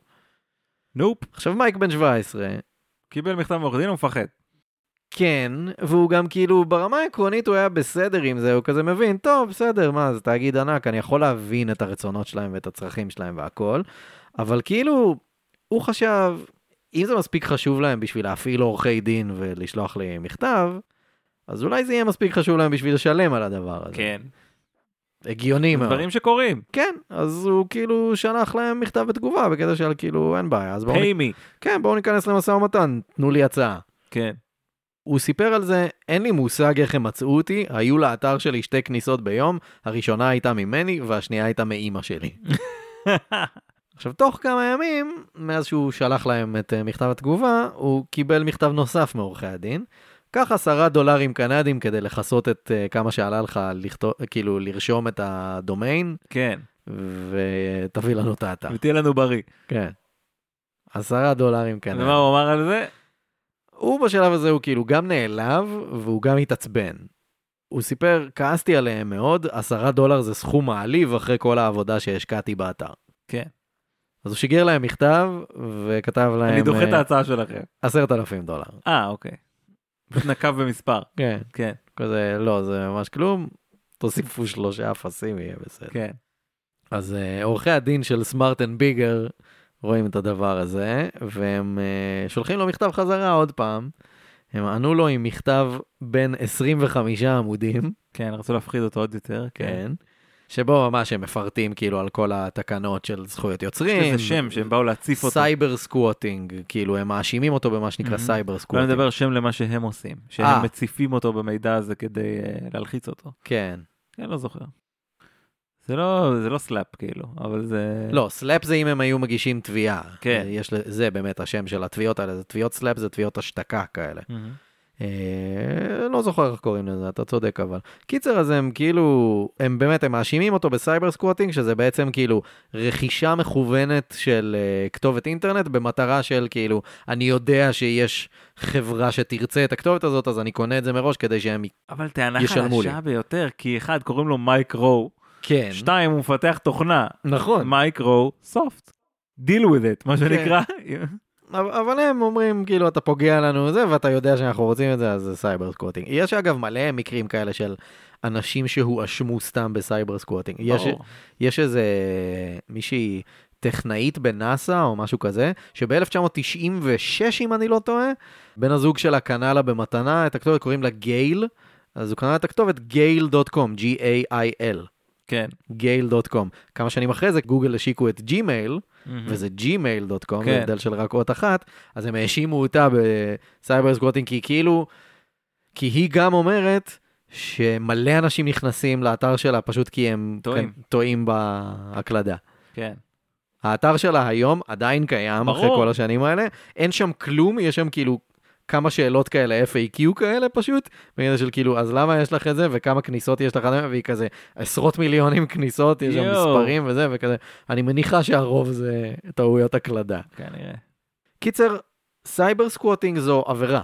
[SPEAKER 2] נופ.
[SPEAKER 1] עכשיו מייק בן 17,
[SPEAKER 2] קיבל מכתב מעורך דין, הוא מפחד.
[SPEAKER 1] כן, והוא גם כאילו, ברמה העקרונית הוא היה בסדר עם זה, הוא כזה מבין, טוב, בסדר, מה, זה תאגיד ענק, אני יכול להבין את הרצונות שלהם ואת הצרכים שלהם והכל, אבל כאילו, הוא חשב, אם זה מספיק חשוב להם בשביל להפעיל עורכי דין ולשלוח לי מכתב, אז אולי זה יהיה מספיק חשוב להם בשביל לשלם על הדבר הזה.
[SPEAKER 2] כן.
[SPEAKER 1] הגיוני מאוד.
[SPEAKER 2] דברים שקורים.
[SPEAKER 1] כן, אז הוא כאילו שלח להם מכתב בתגובה, בקטע של כאילו, אין בעיה, אז בואו... נ-
[SPEAKER 2] היי מי.
[SPEAKER 1] כן, בואו ניכנס למשא ומתן, תנו לי הצעה.
[SPEAKER 2] כן.
[SPEAKER 1] הוא סיפר על זה, אין לי מושג איך הם מצאו אותי, היו לאתר שלי שתי כניסות ביום, הראשונה הייתה ממני והשנייה הייתה מאימא שלי. עכשיו, תוך כמה ימים, מאז שהוא שלח להם את אה, מכתב התגובה, הוא קיבל מכתב נוסף מעורכי הדין. קח עשרה דולרים קנדים כדי לכסות את אה, כמה שעלה לך, לכתוב, כאילו, לרשום את הדומיין,
[SPEAKER 2] כן.
[SPEAKER 1] ותביא לנו את האתר.
[SPEAKER 2] ותהיה לנו בריא.
[SPEAKER 1] כן. עשרה דולרים
[SPEAKER 2] אז
[SPEAKER 1] קנדים.
[SPEAKER 2] מה הוא אמר על זה?
[SPEAKER 1] הוא בשלב הזה הוא כאילו גם נעלב והוא גם התעצבן. הוא סיפר, כעסתי עליהם מאוד, עשרה דולר זה סכום מעליב אחרי כל העבודה שהשקעתי באתר.
[SPEAKER 2] כן.
[SPEAKER 1] אז הוא שיגר להם מכתב וכתב להם... אה,
[SPEAKER 2] אני דוחה את ההצעה שלכם.
[SPEAKER 1] עשרת אלפים דולר.
[SPEAKER 2] אה, אוקיי. פשוט נקב במספר.
[SPEAKER 1] כן.
[SPEAKER 2] כן,
[SPEAKER 1] כזה, לא, זה ממש כלום, תוסיפו שלושה אפסים, יהיה בסדר.
[SPEAKER 2] כן.
[SPEAKER 1] אז אה, עורכי הדין של סמארט אנד ביגר רואים את הדבר הזה, והם אה, שולחים לו מכתב חזרה עוד פעם. הם ענו לו עם מכתב בין 25 עמודים,
[SPEAKER 2] כן, רצו להפחיד אותו עוד יותר. כן.
[SPEAKER 1] כן, שבו ממש הם מפרטים כאילו על כל התקנות של זכויות יוצרים.
[SPEAKER 2] יש לזה שם שהם באו להציף אותו.
[SPEAKER 1] סייבר סקווטינג, כאילו הם מאשימים אותו במה שנקרא
[SPEAKER 2] Mhm.
[SPEAKER 1] סייבר
[SPEAKER 2] לא
[SPEAKER 1] סקווטינג.
[SPEAKER 2] נדבר שם למה שהם עושים.
[SPEAKER 1] אה.
[SPEAKER 2] שהם מציפים אותו במידע הזה כדי אה, להלחיץ אותו.
[SPEAKER 1] כן.
[SPEAKER 2] כן, לא זוכר. זה לא, זה לא סלאפ כאילו, אבל זה...
[SPEAKER 1] לא, סלאפ זה אם הם היו מגישים תביעה.
[SPEAKER 2] כן.
[SPEAKER 1] יש לזה, זה באמת השם של התביעות האלה, זה תביעות סלאפ, זה תביעות השתקה כאלה.
[SPEAKER 2] מהמם.
[SPEAKER 1] אה, לא זוכר איך קוראים לזה, אתה צודק אבל. קיצר, אז הם כאילו, הם באמת, הם מאשימים אותו בסייבר סקווטינג, שזה בעצם כאילו רכישה מכוונת של אה, כתובת אינטרנט, במטרה של כאילו, אני יודע שיש חברה שתרצה את הכתובת הזאת, אז אני קונה את זה מראש כדי שהם... י-
[SPEAKER 2] אבל טענה
[SPEAKER 1] ישלמו לי.
[SPEAKER 2] חלשה ביותר, כי אחד קוראים לו מייק רו,
[SPEAKER 1] כן.
[SPEAKER 2] שתיים הוא מפתח תוכנה,
[SPEAKER 1] נכון. כן.
[SPEAKER 2] מייק רו סופט. deal with it, מה שנקרא.
[SPEAKER 1] אבל אבל הם אומרים, כאילו, אתה פוגע לנו זה, ואתה יודע שאנחנו רוצים את זה, אז זה סייבר סקווטינג. יש אגב מלא מקרים כאלה של אנשים שהואשמו סתם בסייבר סקווטינג. יש...
[SPEAKER 2] ברור.
[SPEAKER 1] יש איזה מישהי טכנאית בנאסא או משהו כזה, שב-1996, אם אני לא טועה, בן הזוג שלה קנה לה במתנה את הכתובת, קוראים לה גייל, אז הוא קנה את הכתובת gail.com, G-A-I-L,
[SPEAKER 2] כן.
[SPEAKER 1] gail.com. כמה שנים אחרי זה גוגל השיקו את ג'ימייל,
[SPEAKER 2] מהמם.
[SPEAKER 1] וזה gmail.com,
[SPEAKER 2] Mm-hmm. כן.
[SPEAKER 1] כן. הבדל של רק אות אחת, אז הם האשימו אותה בסייבר סקווטינג, כי כאילו, כי היא גם אומרת שמלא אנשים נכנסים לאתר שלה פשוט כי הם
[SPEAKER 2] טועים.
[SPEAKER 1] כן, טועים בהקלדה.
[SPEAKER 2] כן.
[SPEAKER 1] האתר שלה היום עדיין קיים, ברור. אחרי
[SPEAKER 2] ברור.
[SPEAKER 1] כל השנים האלה, אין שם כלום, יש שם כאילו כמה שאלות כאלה, FAQ כאלה פשוט, בגלל של כאילו, אז למה יש לך את זה, וכמה כניסות יש לך, והיא כזה, עשרות מיליונים כניסות, יש שם
[SPEAKER 2] יואו.
[SPEAKER 1] מספרים וזה, וכזה, אני מניחה שהרוב זה טעויות הקלדה.
[SPEAKER 2] כנראה.
[SPEAKER 1] קיצר, סייבר סקווטינג זו עבירה.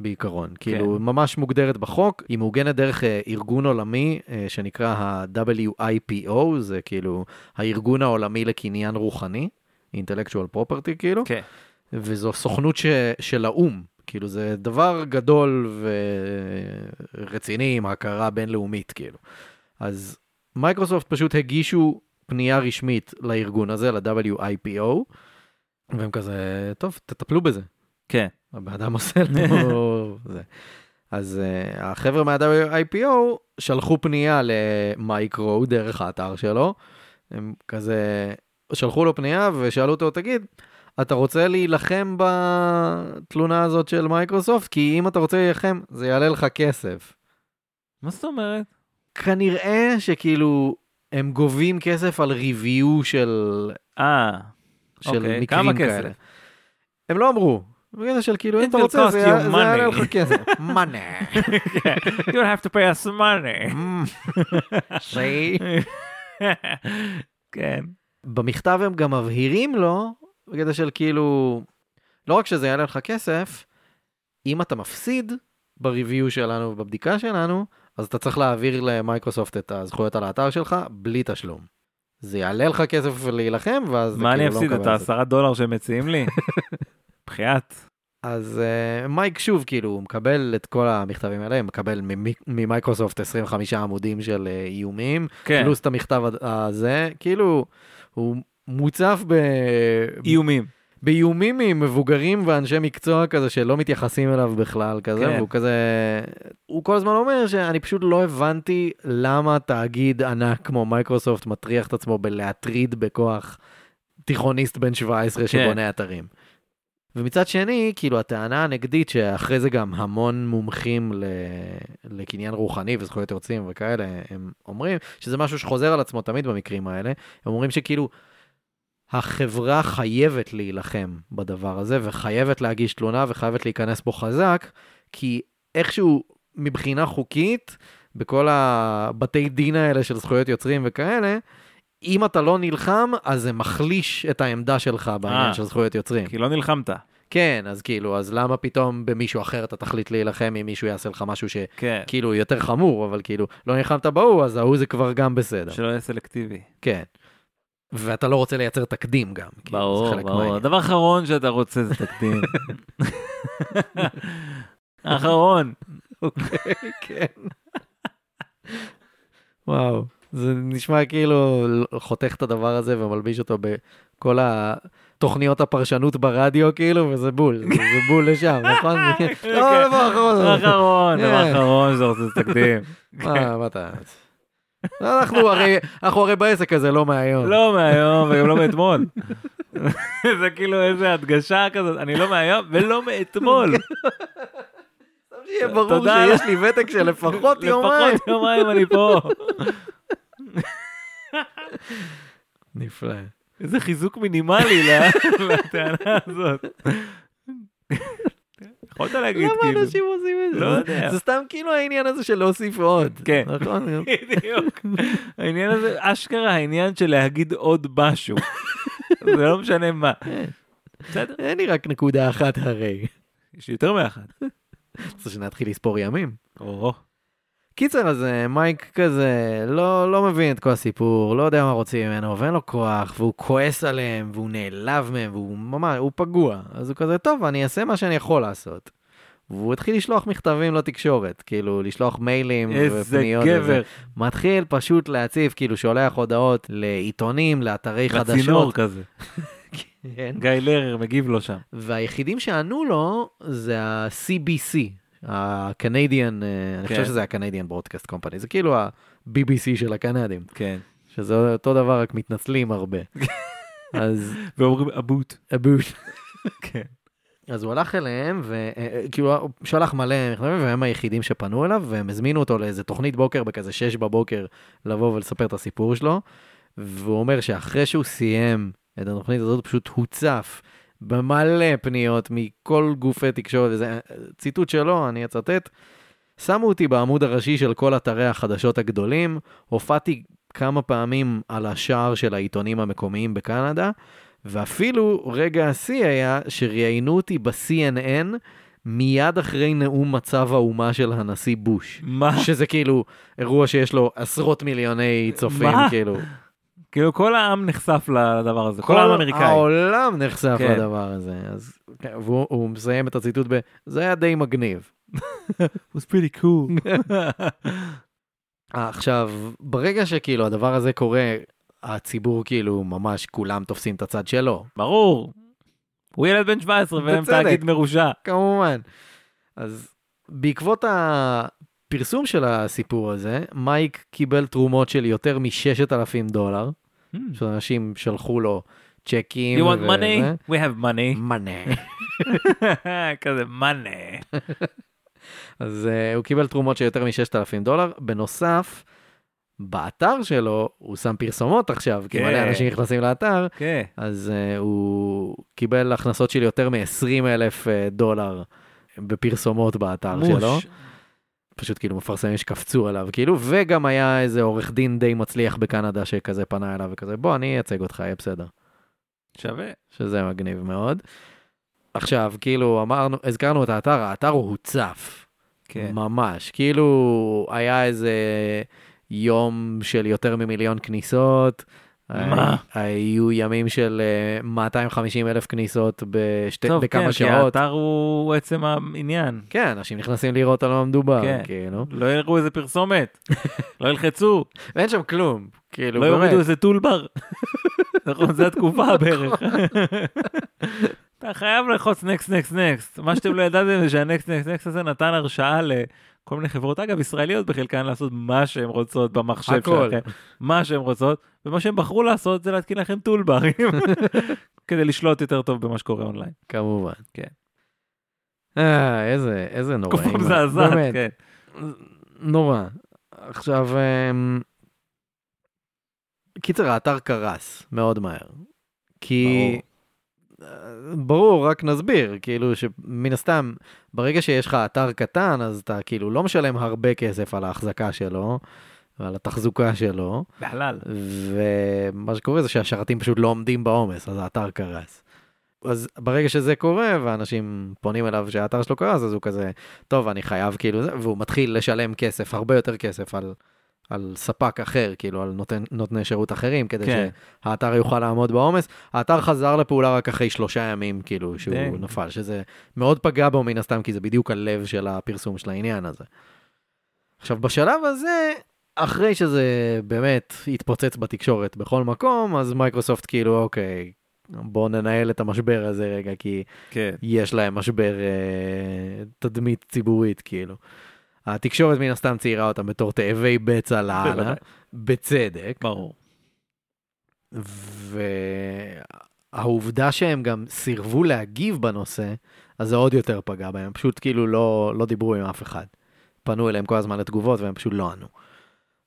[SPEAKER 1] בעיקרון, כן. כאילו ממש מוגדרת בחוק, היא מעוגנת דרך אה, ארגון עולמי אה, שנקרא ה-WIPO, זה כאילו הארגון העולמי לקניין רוחני, intellectual property כאילו,
[SPEAKER 2] כן.
[SPEAKER 1] וזו סוכנות ש, של האו"ם, כאילו זה דבר גדול ורציני עם הכרה בינלאומית כאילו. אז מייקרוסופט פשוט הגישו פנייה רשמית לארגון הזה, ל-WIPO, והם כזה, טוב, תטפלו בזה.
[SPEAKER 2] כן.
[SPEAKER 1] הבן אדם עושה לו זה. אז uh, החבר'ה מה-IPO שלחו פנייה למייקרו דרך האתר שלו. הם כזה שלחו לו פנייה ושאלו אותו, תגיד, אתה רוצה להילחם בתלונה הזאת של מייקרוסופט? כי אם אתה רוצה להילחם, זה יעלה לך כסף.
[SPEAKER 2] מה זאת אומרת?
[SPEAKER 1] כנראה שכאילו הם גובים כסף על ריוויו של,
[SPEAKER 2] אה,
[SPEAKER 1] של
[SPEAKER 2] אוקיי,
[SPEAKER 1] מקרים
[SPEAKER 2] כמה כסף?
[SPEAKER 1] כאלה. הם לא אמרו. בגלל של כאילו, אם
[SPEAKER 2] It
[SPEAKER 1] אתה
[SPEAKER 2] will
[SPEAKER 1] רוצה,
[SPEAKER 2] cost
[SPEAKER 1] זה
[SPEAKER 2] you
[SPEAKER 1] יע- זה יעלה
[SPEAKER 2] money.
[SPEAKER 1] לך כסף. money.
[SPEAKER 2] you'll have to pay us money.
[SPEAKER 1] שהיא.
[SPEAKER 2] כן.
[SPEAKER 1] במכתב הם גם מבהירים לו, בקטע של כאילו, לא רק שזה יעלה לך כסף, אם אתה מפסיד בריוויו שלנו ובבדיקה שלנו, אז אתה צריך להעביר למייקרוסופט את הזכויות על האתר שלך בלי תשלום. זה יעלה לך כסף להילחם, ואז אתה
[SPEAKER 2] מה אני
[SPEAKER 1] כאילו לא
[SPEAKER 2] אפסיד? את
[SPEAKER 1] מקבל את זה.
[SPEAKER 2] העשרה דולר שהם מציעים לי? בחייאת.
[SPEAKER 1] אז אה, מייק שוב, כאילו, הוא מקבל את כל המכתבים האלה, הוא מקבל ממי- ממייקרוסופט 25 עמודים של אה, איומים,
[SPEAKER 2] כן,
[SPEAKER 1] פלוס את המכתב הד- הזה, כאילו, הוא מוצף ב... כן.
[SPEAKER 2] איומים.
[SPEAKER 1] באיומים ממבוגרים ואנשי מקצוע כזה שלא מתייחסים אליו בכלל כזה,
[SPEAKER 2] כן.
[SPEAKER 1] כן. והוא כזה, הוא כל הזמן אומר שאני פשוט לא הבנתי למה תאגיד ענק כמו מייקרוסופט מטריח את עצמו בלהטריד בכוח תיכוניסט בן 17 שבונה אתרים. ומצד שני, כאילו הטענה הנגדית שאחרי זה גם המון מומחים ל... לקניין רוחני וזכויות יוצאים וכאלה, הם אומרים שזה משהו שחוזר על עצמו תמיד במקרים האלה, הם אומרים שכאילו החברה חייבת להילחם בדבר הזה וחייבת להגיש תלונה וחייבת להיכנס בו חזק, כי איכשהו מבחינה חוקית, בכל הבתי דין האלה של זכויות יוצרים וכאלה, אם אתה לא נלחם, אז זה מחליש את העמדה שלך
[SPEAKER 2] אה.
[SPEAKER 1] בעניין של זכויות יוצרים.
[SPEAKER 2] כי לא נלחמת.
[SPEAKER 1] כן, אז כאילו, אז למה פתאום במישהו אחר אתה תחליט להילחם אם מישהו יעשה לך משהו
[SPEAKER 2] כן.
[SPEAKER 1] שכאילו יותר חמור, אבל כאילו, לא נלחמת בהוא, אז ההוא זה כבר גם בסדר.
[SPEAKER 2] שלא יהיה סלקטיבי.
[SPEAKER 1] כן. ואתה לא רוצה לייצר תקדים גם. כאילו, זה
[SPEAKER 2] ברור,
[SPEAKER 1] חלק מהעניין.
[SPEAKER 2] ברור. הדבר האחרון שאתה רוצה זה תקדים. האחרון.
[SPEAKER 1] כן. וואו, זה נשמע כאילו חותך את הדבר הזה ומלביש אותו בכל התוכניות הפרשנות ברדיו, כאילו, וזה בול, זה זה בול לשם, נכון?
[SPEAKER 2] כן.
[SPEAKER 1] לא, דבר
[SPEAKER 2] דבר
[SPEAKER 1] אחרון.
[SPEAKER 2] אחרון, דבר
[SPEAKER 1] כן.
[SPEAKER 2] אחרון שאתה רוצה זה תקדים. נכון,
[SPEAKER 1] מה, מה
[SPEAKER 2] כן.
[SPEAKER 1] אתה... אנחנו הרי, אנחנו הרי בעסק הזה לא מהיום.
[SPEAKER 2] לא מהיום וגם לא מאתמול. זה כאילו איזה הדגשה כזאת, אני לא מהיום ולא מאתמול.
[SPEAKER 1] שיהיה ברור
[SPEAKER 2] תודה
[SPEAKER 1] שיש לי ותק של לפחות יומיים.
[SPEAKER 2] לפחות יומיים אני פה.
[SPEAKER 1] נפלא.
[SPEAKER 2] איזה חיזוק מינימלי ל- לטענה הזאת. יכולת להגיד
[SPEAKER 1] למה
[SPEAKER 2] כאילו.
[SPEAKER 1] אנשים עושים את זה?
[SPEAKER 2] לא
[SPEAKER 1] זה-
[SPEAKER 2] יודע.
[SPEAKER 1] זה סתם כאילו העניין הזה של להוסיף עוד.
[SPEAKER 2] כן.
[SPEAKER 1] נכון?
[SPEAKER 2] בדיוק. העניין הזה, אשכרה העניין של להגיד עוד משהו. זה לא משנה מה. בסדר,
[SPEAKER 1] אין לי רק נקודה אחת הרי.
[SPEAKER 2] יש יותר מאחת.
[SPEAKER 1] רוצה שנתחיל לספור ימים.
[SPEAKER 2] או,
[SPEAKER 1] קיצר, אז אה, מייק כזה לא, לא מבין את כל הסיפור, לא יודע מה רוצים ממנו, ואין לו כוח, והוא כועס עליהם, והוא נעלב מהם, והוא ממש, הוא פגוע. אז הוא כזה, טוב, אני אעשה מה שאני יכול לעשות. והוא התחיל לשלוח מכתבים לתקשורת, כאילו, לשלוח מיילים
[SPEAKER 2] איזה
[SPEAKER 1] ופניות.
[SPEAKER 2] גבר.
[SPEAKER 1] מתחיל פשוט להציף, כאילו, שולח הודעות לעיתונים, לאתרי
[SPEAKER 2] בצינור
[SPEAKER 1] חדשות.
[SPEAKER 2] כזה.
[SPEAKER 1] כן.
[SPEAKER 2] גיא לרר מגיב לו שם.
[SPEAKER 1] והיחידים שענו לו זה ה-CBC, ה-Canadian, כן. אני
[SPEAKER 2] כן.
[SPEAKER 1] חושב שזה ה-Canadian Broadcast Company, זה כאילו ה-BBC של הקנדים,
[SPEAKER 2] כן.
[SPEAKER 1] שזה אותו דבר, רק מתנצלים הרבה. אז,
[SPEAKER 2] ואומרים אבוט.
[SPEAKER 1] הבוש.
[SPEAKER 2] כן.
[SPEAKER 1] אז הוא הלך אליהם, וכאילו כאילו, הוא שלח מלא מכתבים, והם היחידים שפנו אליו, והם הזמינו אותו לאיזה תוכנית בוקר בכזה שש בבוקר, לבוא ולספר את הסיפור שלו. והוא אומר שאחרי שהוא סיים את התוכנית הזאת, פשוט הוצף במלא פניות מכל גופי תקשורת, וזה ציטוט שלו, אני אצטט. שמו אותי בעמוד הראשי של כל אתרי החדשות הגדולים, הופעתי כמה פעמים על השער של העיתונים המקומיים בקנדה, ואפילו רגע השיא היה שראיינו אותי ב-CNN מיד אחרי נאום מצב האומה של הנשיא בוש.
[SPEAKER 2] מה?
[SPEAKER 1] שזה כאילו אירוע שיש לו עשרות מיליוני צופים,
[SPEAKER 2] מה?
[SPEAKER 1] כאילו.
[SPEAKER 2] כאילו כל העם נחשף לדבר הזה, כל העם האמריקאי.
[SPEAKER 1] העולם נחשף
[SPEAKER 2] כן.
[SPEAKER 1] כן. לדבר הזה. אז, כן, והוא הוא מסיים את הציטוט ב, זה היה די מגניב.
[SPEAKER 2] was pretty cool.
[SPEAKER 1] אה, עכשיו, ברגע שכאילו הדבר הזה קורה, הציבור כאילו ממש כולם תופסים את הצד שלו.
[SPEAKER 2] ברור. הוא ילד בן 17 והם
[SPEAKER 1] בצדק.
[SPEAKER 2] תאגיד מרושע.
[SPEAKER 1] כמובן. אז בעקבות הפרסום של הסיפור הזה, מייק קיבל תרומות של יותר מ-6,000 דולר,
[SPEAKER 2] "Hmm,
[SPEAKER 1] שאנשים שלחו לו צ'קים.
[SPEAKER 2] You want
[SPEAKER 1] וזה.
[SPEAKER 2] money? We have money.
[SPEAKER 1] money.
[SPEAKER 2] כזה money.
[SPEAKER 1] אז uh, הוא קיבל תרומות של יותר מ-6,000 דולר. בנוסף, באתר שלו, הוא שם פרסומות עכשיו, כי
[SPEAKER 2] כן.
[SPEAKER 1] מלא אנשים נכנסים לאתר,
[SPEAKER 2] כן.
[SPEAKER 1] אז uh, הוא קיבל הכנסות של יותר מ-20 אלף דולר בפרסומות באתר שלו.
[SPEAKER 2] מוש.
[SPEAKER 1] פשוט כאילו מפרסמים שקפצו עליו, כאילו, וגם היה איזה עורך דין די מצליח בקנדה שכזה פנה אליו וכזה, בוא, אני אייצג אותך, יהיה בסדר.
[SPEAKER 2] שווה.
[SPEAKER 1] שזה מגניב מאוד. עכשיו, כאילו, אמרנו, הזכרנו את האתר, האתר הוא הוצף.
[SPEAKER 2] כן.
[SPEAKER 1] ממש. כאילו, היה איזה יום של יותר ממיליון כניסות,
[SPEAKER 2] מה?
[SPEAKER 1] היו ימים של 250 אלף כניסות בשתי,
[SPEAKER 2] טוב,
[SPEAKER 1] בכמה
[SPEAKER 2] כן, כי
[SPEAKER 1] שעות.
[SPEAKER 2] האתר הוא הוא עצם העניין.
[SPEAKER 1] כן, אנשים נכנסים לראות על מה מדובר,
[SPEAKER 2] כן.
[SPEAKER 1] כאילו.
[SPEAKER 2] לא יראו איזה פרסומת, לא ילחצו,
[SPEAKER 1] ואין שם כלום, כאילו,
[SPEAKER 2] לא
[SPEAKER 1] באמת.
[SPEAKER 2] יורידו איזה טולבר. נכון, זו התקופה בערך. אתה חייב ללחוץ נקסט, נקסט, נקסט. מה שאתם לא ידעתם זה שהנקסט, נקסט, נקסט הזה נתן הרשאה לכל מיני חברות, אגב, ישראליות בחלקן, לעשות מה שהן רוצות במחשב
[SPEAKER 1] הכל.
[SPEAKER 2] שלכם. מה שהן רוצות, ומה שהן בחרו לעשות זה להתקין לכם טולברים, כדי לשלוט יותר טוב במה שקורה אונליין.
[SPEAKER 1] כמובן.
[SPEAKER 2] כן.
[SPEAKER 1] אה, איזה, איזה נורא.
[SPEAKER 2] תקופה מזעזעת,
[SPEAKER 1] באמת,
[SPEAKER 2] כן.
[SPEAKER 1] נורא. עכשיו, אמ, קיצר, האתר קרס מאוד מהר. כי... ברור. ברור, רק נסביר, כאילו שמן הסתם, ברגע שיש לך אתר קטן, אז אתה כאילו לא משלם הרבה כסף על ההחזקה שלו ועל התחזוקה שלו,
[SPEAKER 2] בכלל.
[SPEAKER 1] ומה שקורה זה שהשרתים פשוט לא עומדים בעומס, אז האתר קרס. אז ברגע שזה קורה, ואנשים פונים אליו שהאתר שלו קרס, אז הוא כזה, טוב, אני חייב כאילו זה, והוא מתחיל לשלם כסף, הרבה יותר כסף על, על ספק אחר, כאילו על נותן, נותני שירות אחרים, כדי
[SPEAKER 2] כן.
[SPEAKER 1] כן. שהאתר יוכל לעמוד בעומס. האתר חזר לפעולה רק אחרי שלושה ימים, כאילו, שהוא
[SPEAKER 2] דנג.
[SPEAKER 1] נפל, שזה מאוד פגע בו מן הסתם, כי זה בדיוק הלב של הפרסום של העניין הזה. עכשיו, בשלב הזה, אחרי שזה באמת התפוצץ בתקשורת בכל מקום, אז מייקרוסופט כאילו, אוקיי, בואו ננהל את המשבר הזה רגע, כי
[SPEAKER 2] כן.
[SPEAKER 1] יש להם משבר אה, תדמית ציבורית, כאילו. התקשורת מן הסתם ציירה אותם בתור תאבי בצע לאללה,
[SPEAKER 2] בוודאי.
[SPEAKER 1] בצדק,
[SPEAKER 2] ברור.
[SPEAKER 1] והעובדה שהם גם סירבו להגיב בנושא, אז זה עוד יותר פגע בהם, הם פשוט כאילו לא, לא דיברו עם אף אחד. פנו אליהם כל הזמן לתגובות והם פשוט לא ענו.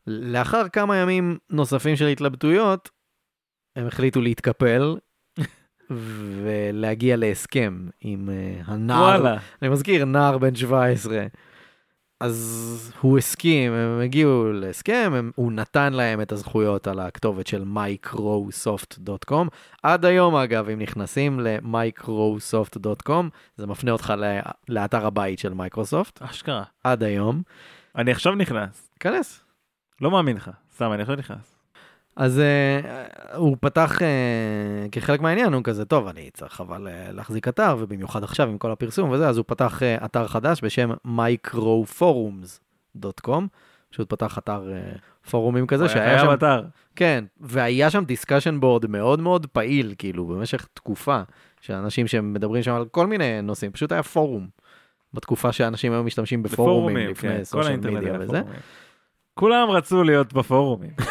[SPEAKER 1] לאחר כמה ימים נוספים של התלבטויות, הם החליטו להתקפל ולהגיע להסכם עם אה, הנער
[SPEAKER 2] וואלה.
[SPEAKER 1] אני מזכיר, נער בן 17. אז הוא הסכים, הם הגיעו להסכם, הם, הוא נתן להם את הזכויות על הכתובת של microsoft.com. עד היום, אגב, אם נכנסים ל-microsoft.com, זה מפנה אותך ל- לאתר הבית של מייקרוסופט,
[SPEAKER 2] אשכרה.
[SPEAKER 1] עד היום.
[SPEAKER 2] אני עכשיו נכנס.
[SPEAKER 1] כנס.
[SPEAKER 2] לא מאמין לך. סתם, אני עכשיו נכנס.
[SPEAKER 1] אז uh, הוא פתח uh, כחלק מהעניין, הוא כזה, טוב, אני צריך אבל uh, להחזיק אתר, ובמיוחד עכשיו עם כל הפרסום וזה, אז הוא פתח uh, אתר חדש בשם microforums.com, פשוט פתח אתר uh, פורומים כזה,
[SPEAKER 2] הוא היה
[SPEAKER 1] שהיה
[SPEAKER 2] חייב
[SPEAKER 1] שם,
[SPEAKER 2] אתר.
[SPEAKER 1] כן, והיה שם דיסקשן בורד מאוד מאוד פעיל, כאילו, במשך תקופה, של אנשים שמדברים שם על כל מיני נושאים, פשוט היה פורום. בתקופה שאנשים היו משתמשים בפורומים
[SPEAKER 2] לפורומים,
[SPEAKER 1] לפני
[SPEAKER 2] כן, כל
[SPEAKER 1] סושיאל
[SPEAKER 2] האינטרנט
[SPEAKER 1] מדיה
[SPEAKER 2] היה
[SPEAKER 1] וזה,
[SPEAKER 2] פורומים. כולם רצו להיות בפורומים.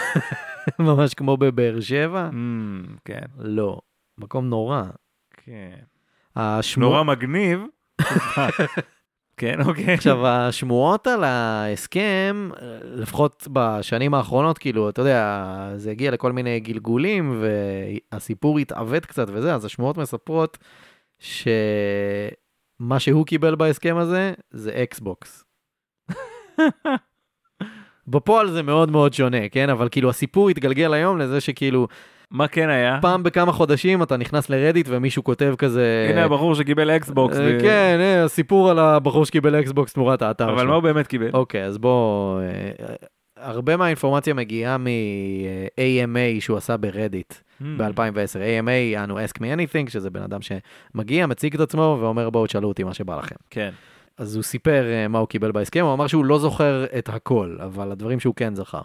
[SPEAKER 1] ממש כמו בבאר שבע,
[SPEAKER 2] אמ, כן,
[SPEAKER 1] לא, מקום נורא.
[SPEAKER 2] כן.
[SPEAKER 1] השמוע...
[SPEAKER 2] נורא מגניב. כן, אוקיי.
[SPEAKER 1] עכשיו, השמועות על ההסכם, אה, לפחות בשנים האחרונות, כאילו, אתה יודע, זה הגיע לכל מיני גלגולים, והסיפור התעוות קצת וזה, אז השמועות מספרות שמה שהוא קיבל בהסכם הזה זה אקסבוקס. בפועל זה מאוד מאוד שונה, כן? אבל כאילו הסיפור התגלגל היום לזה שכאילו
[SPEAKER 2] מה כן היה?
[SPEAKER 1] פעם בכמה חודשים אתה נכנס לרדיט ומישהו כותב כזה...
[SPEAKER 2] הנה הבחור שקיבל אקסבוקס.
[SPEAKER 1] אה,
[SPEAKER 2] ו-
[SPEAKER 1] כן, אה, הסיפור על הבחור שקיבל אקסבוקס תמורת האתר שלו.
[SPEAKER 2] אבל מה הוא באמת קיבל?
[SPEAKER 1] אוקיי, אז בוא... אה, אה, הרבה מהאינפורמציה מגיעה מ-AMA שהוא עשה ברדיט
[SPEAKER 2] אמ,
[SPEAKER 1] ב-2010. AMA, יענו Ask Me Anything, שזה בן אדם שמגיע, מציג את עצמו ואומר בואו תשאלו אותי מה שבא לכם.
[SPEAKER 2] כן.
[SPEAKER 1] אז הוא סיפר אה, מה הוא קיבל בהסכם, הוא אמר שהוא לא זוכר את הכל, אבל הדברים שהוא כן זכר.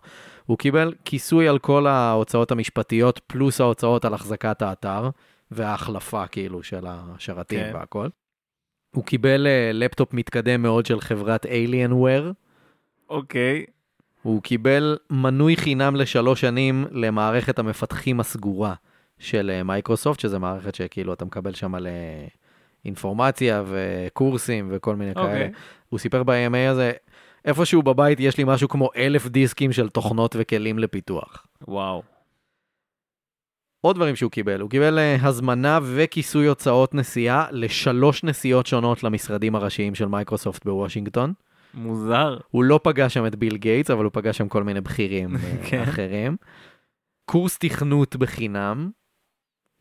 [SPEAKER 1] הוא קיבל כיסוי על כל ההוצאות המשפטיות, פלוס ההוצאות על החזקת האתר, וההחלפה כאילו של השרתים
[SPEAKER 2] כן.
[SPEAKER 1] כן. והכל. הוא קיבל אה, לפטופ מתקדם מאוד של חברת Alienware,
[SPEAKER 2] אוקיי.
[SPEAKER 1] הוא קיבל מנוי חינם לשלוש שנים למערכת המפתחים הסגורה של אה, מייקרוסופט, שזה מערכת שכאילו אתה מקבל שם על אה, אינפורמציה וקורסים וכל מיני כאלה.
[SPEAKER 2] אוקיי.
[SPEAKER 1] הוא סיפר ב-AMA הזה, איפשהו בבית יש לי משהו כמו אלף דיסקים של תוכנות וכלים לפיתוח.
[SPEAKER 2] וואו.
[SPEAKER 1] עוד דברים שהוא קיבל, הוא קיבל אה, הזמנה וכיסוי הוצאות נסיעה לשלוש נסיעות שונות למשרדים הראשיים של מייקרוסופט בוושינגטון.
[SPEAKER 2] מוזר.
[SPEAKER 1] הוא לא פגש שם את ביל גייטס, אבל הוא פגש שם כל מיני בכירים אה,
[SPEAKER 2] כן.
[SPEAKER 1] אחרים. קורס תכנות בחינם.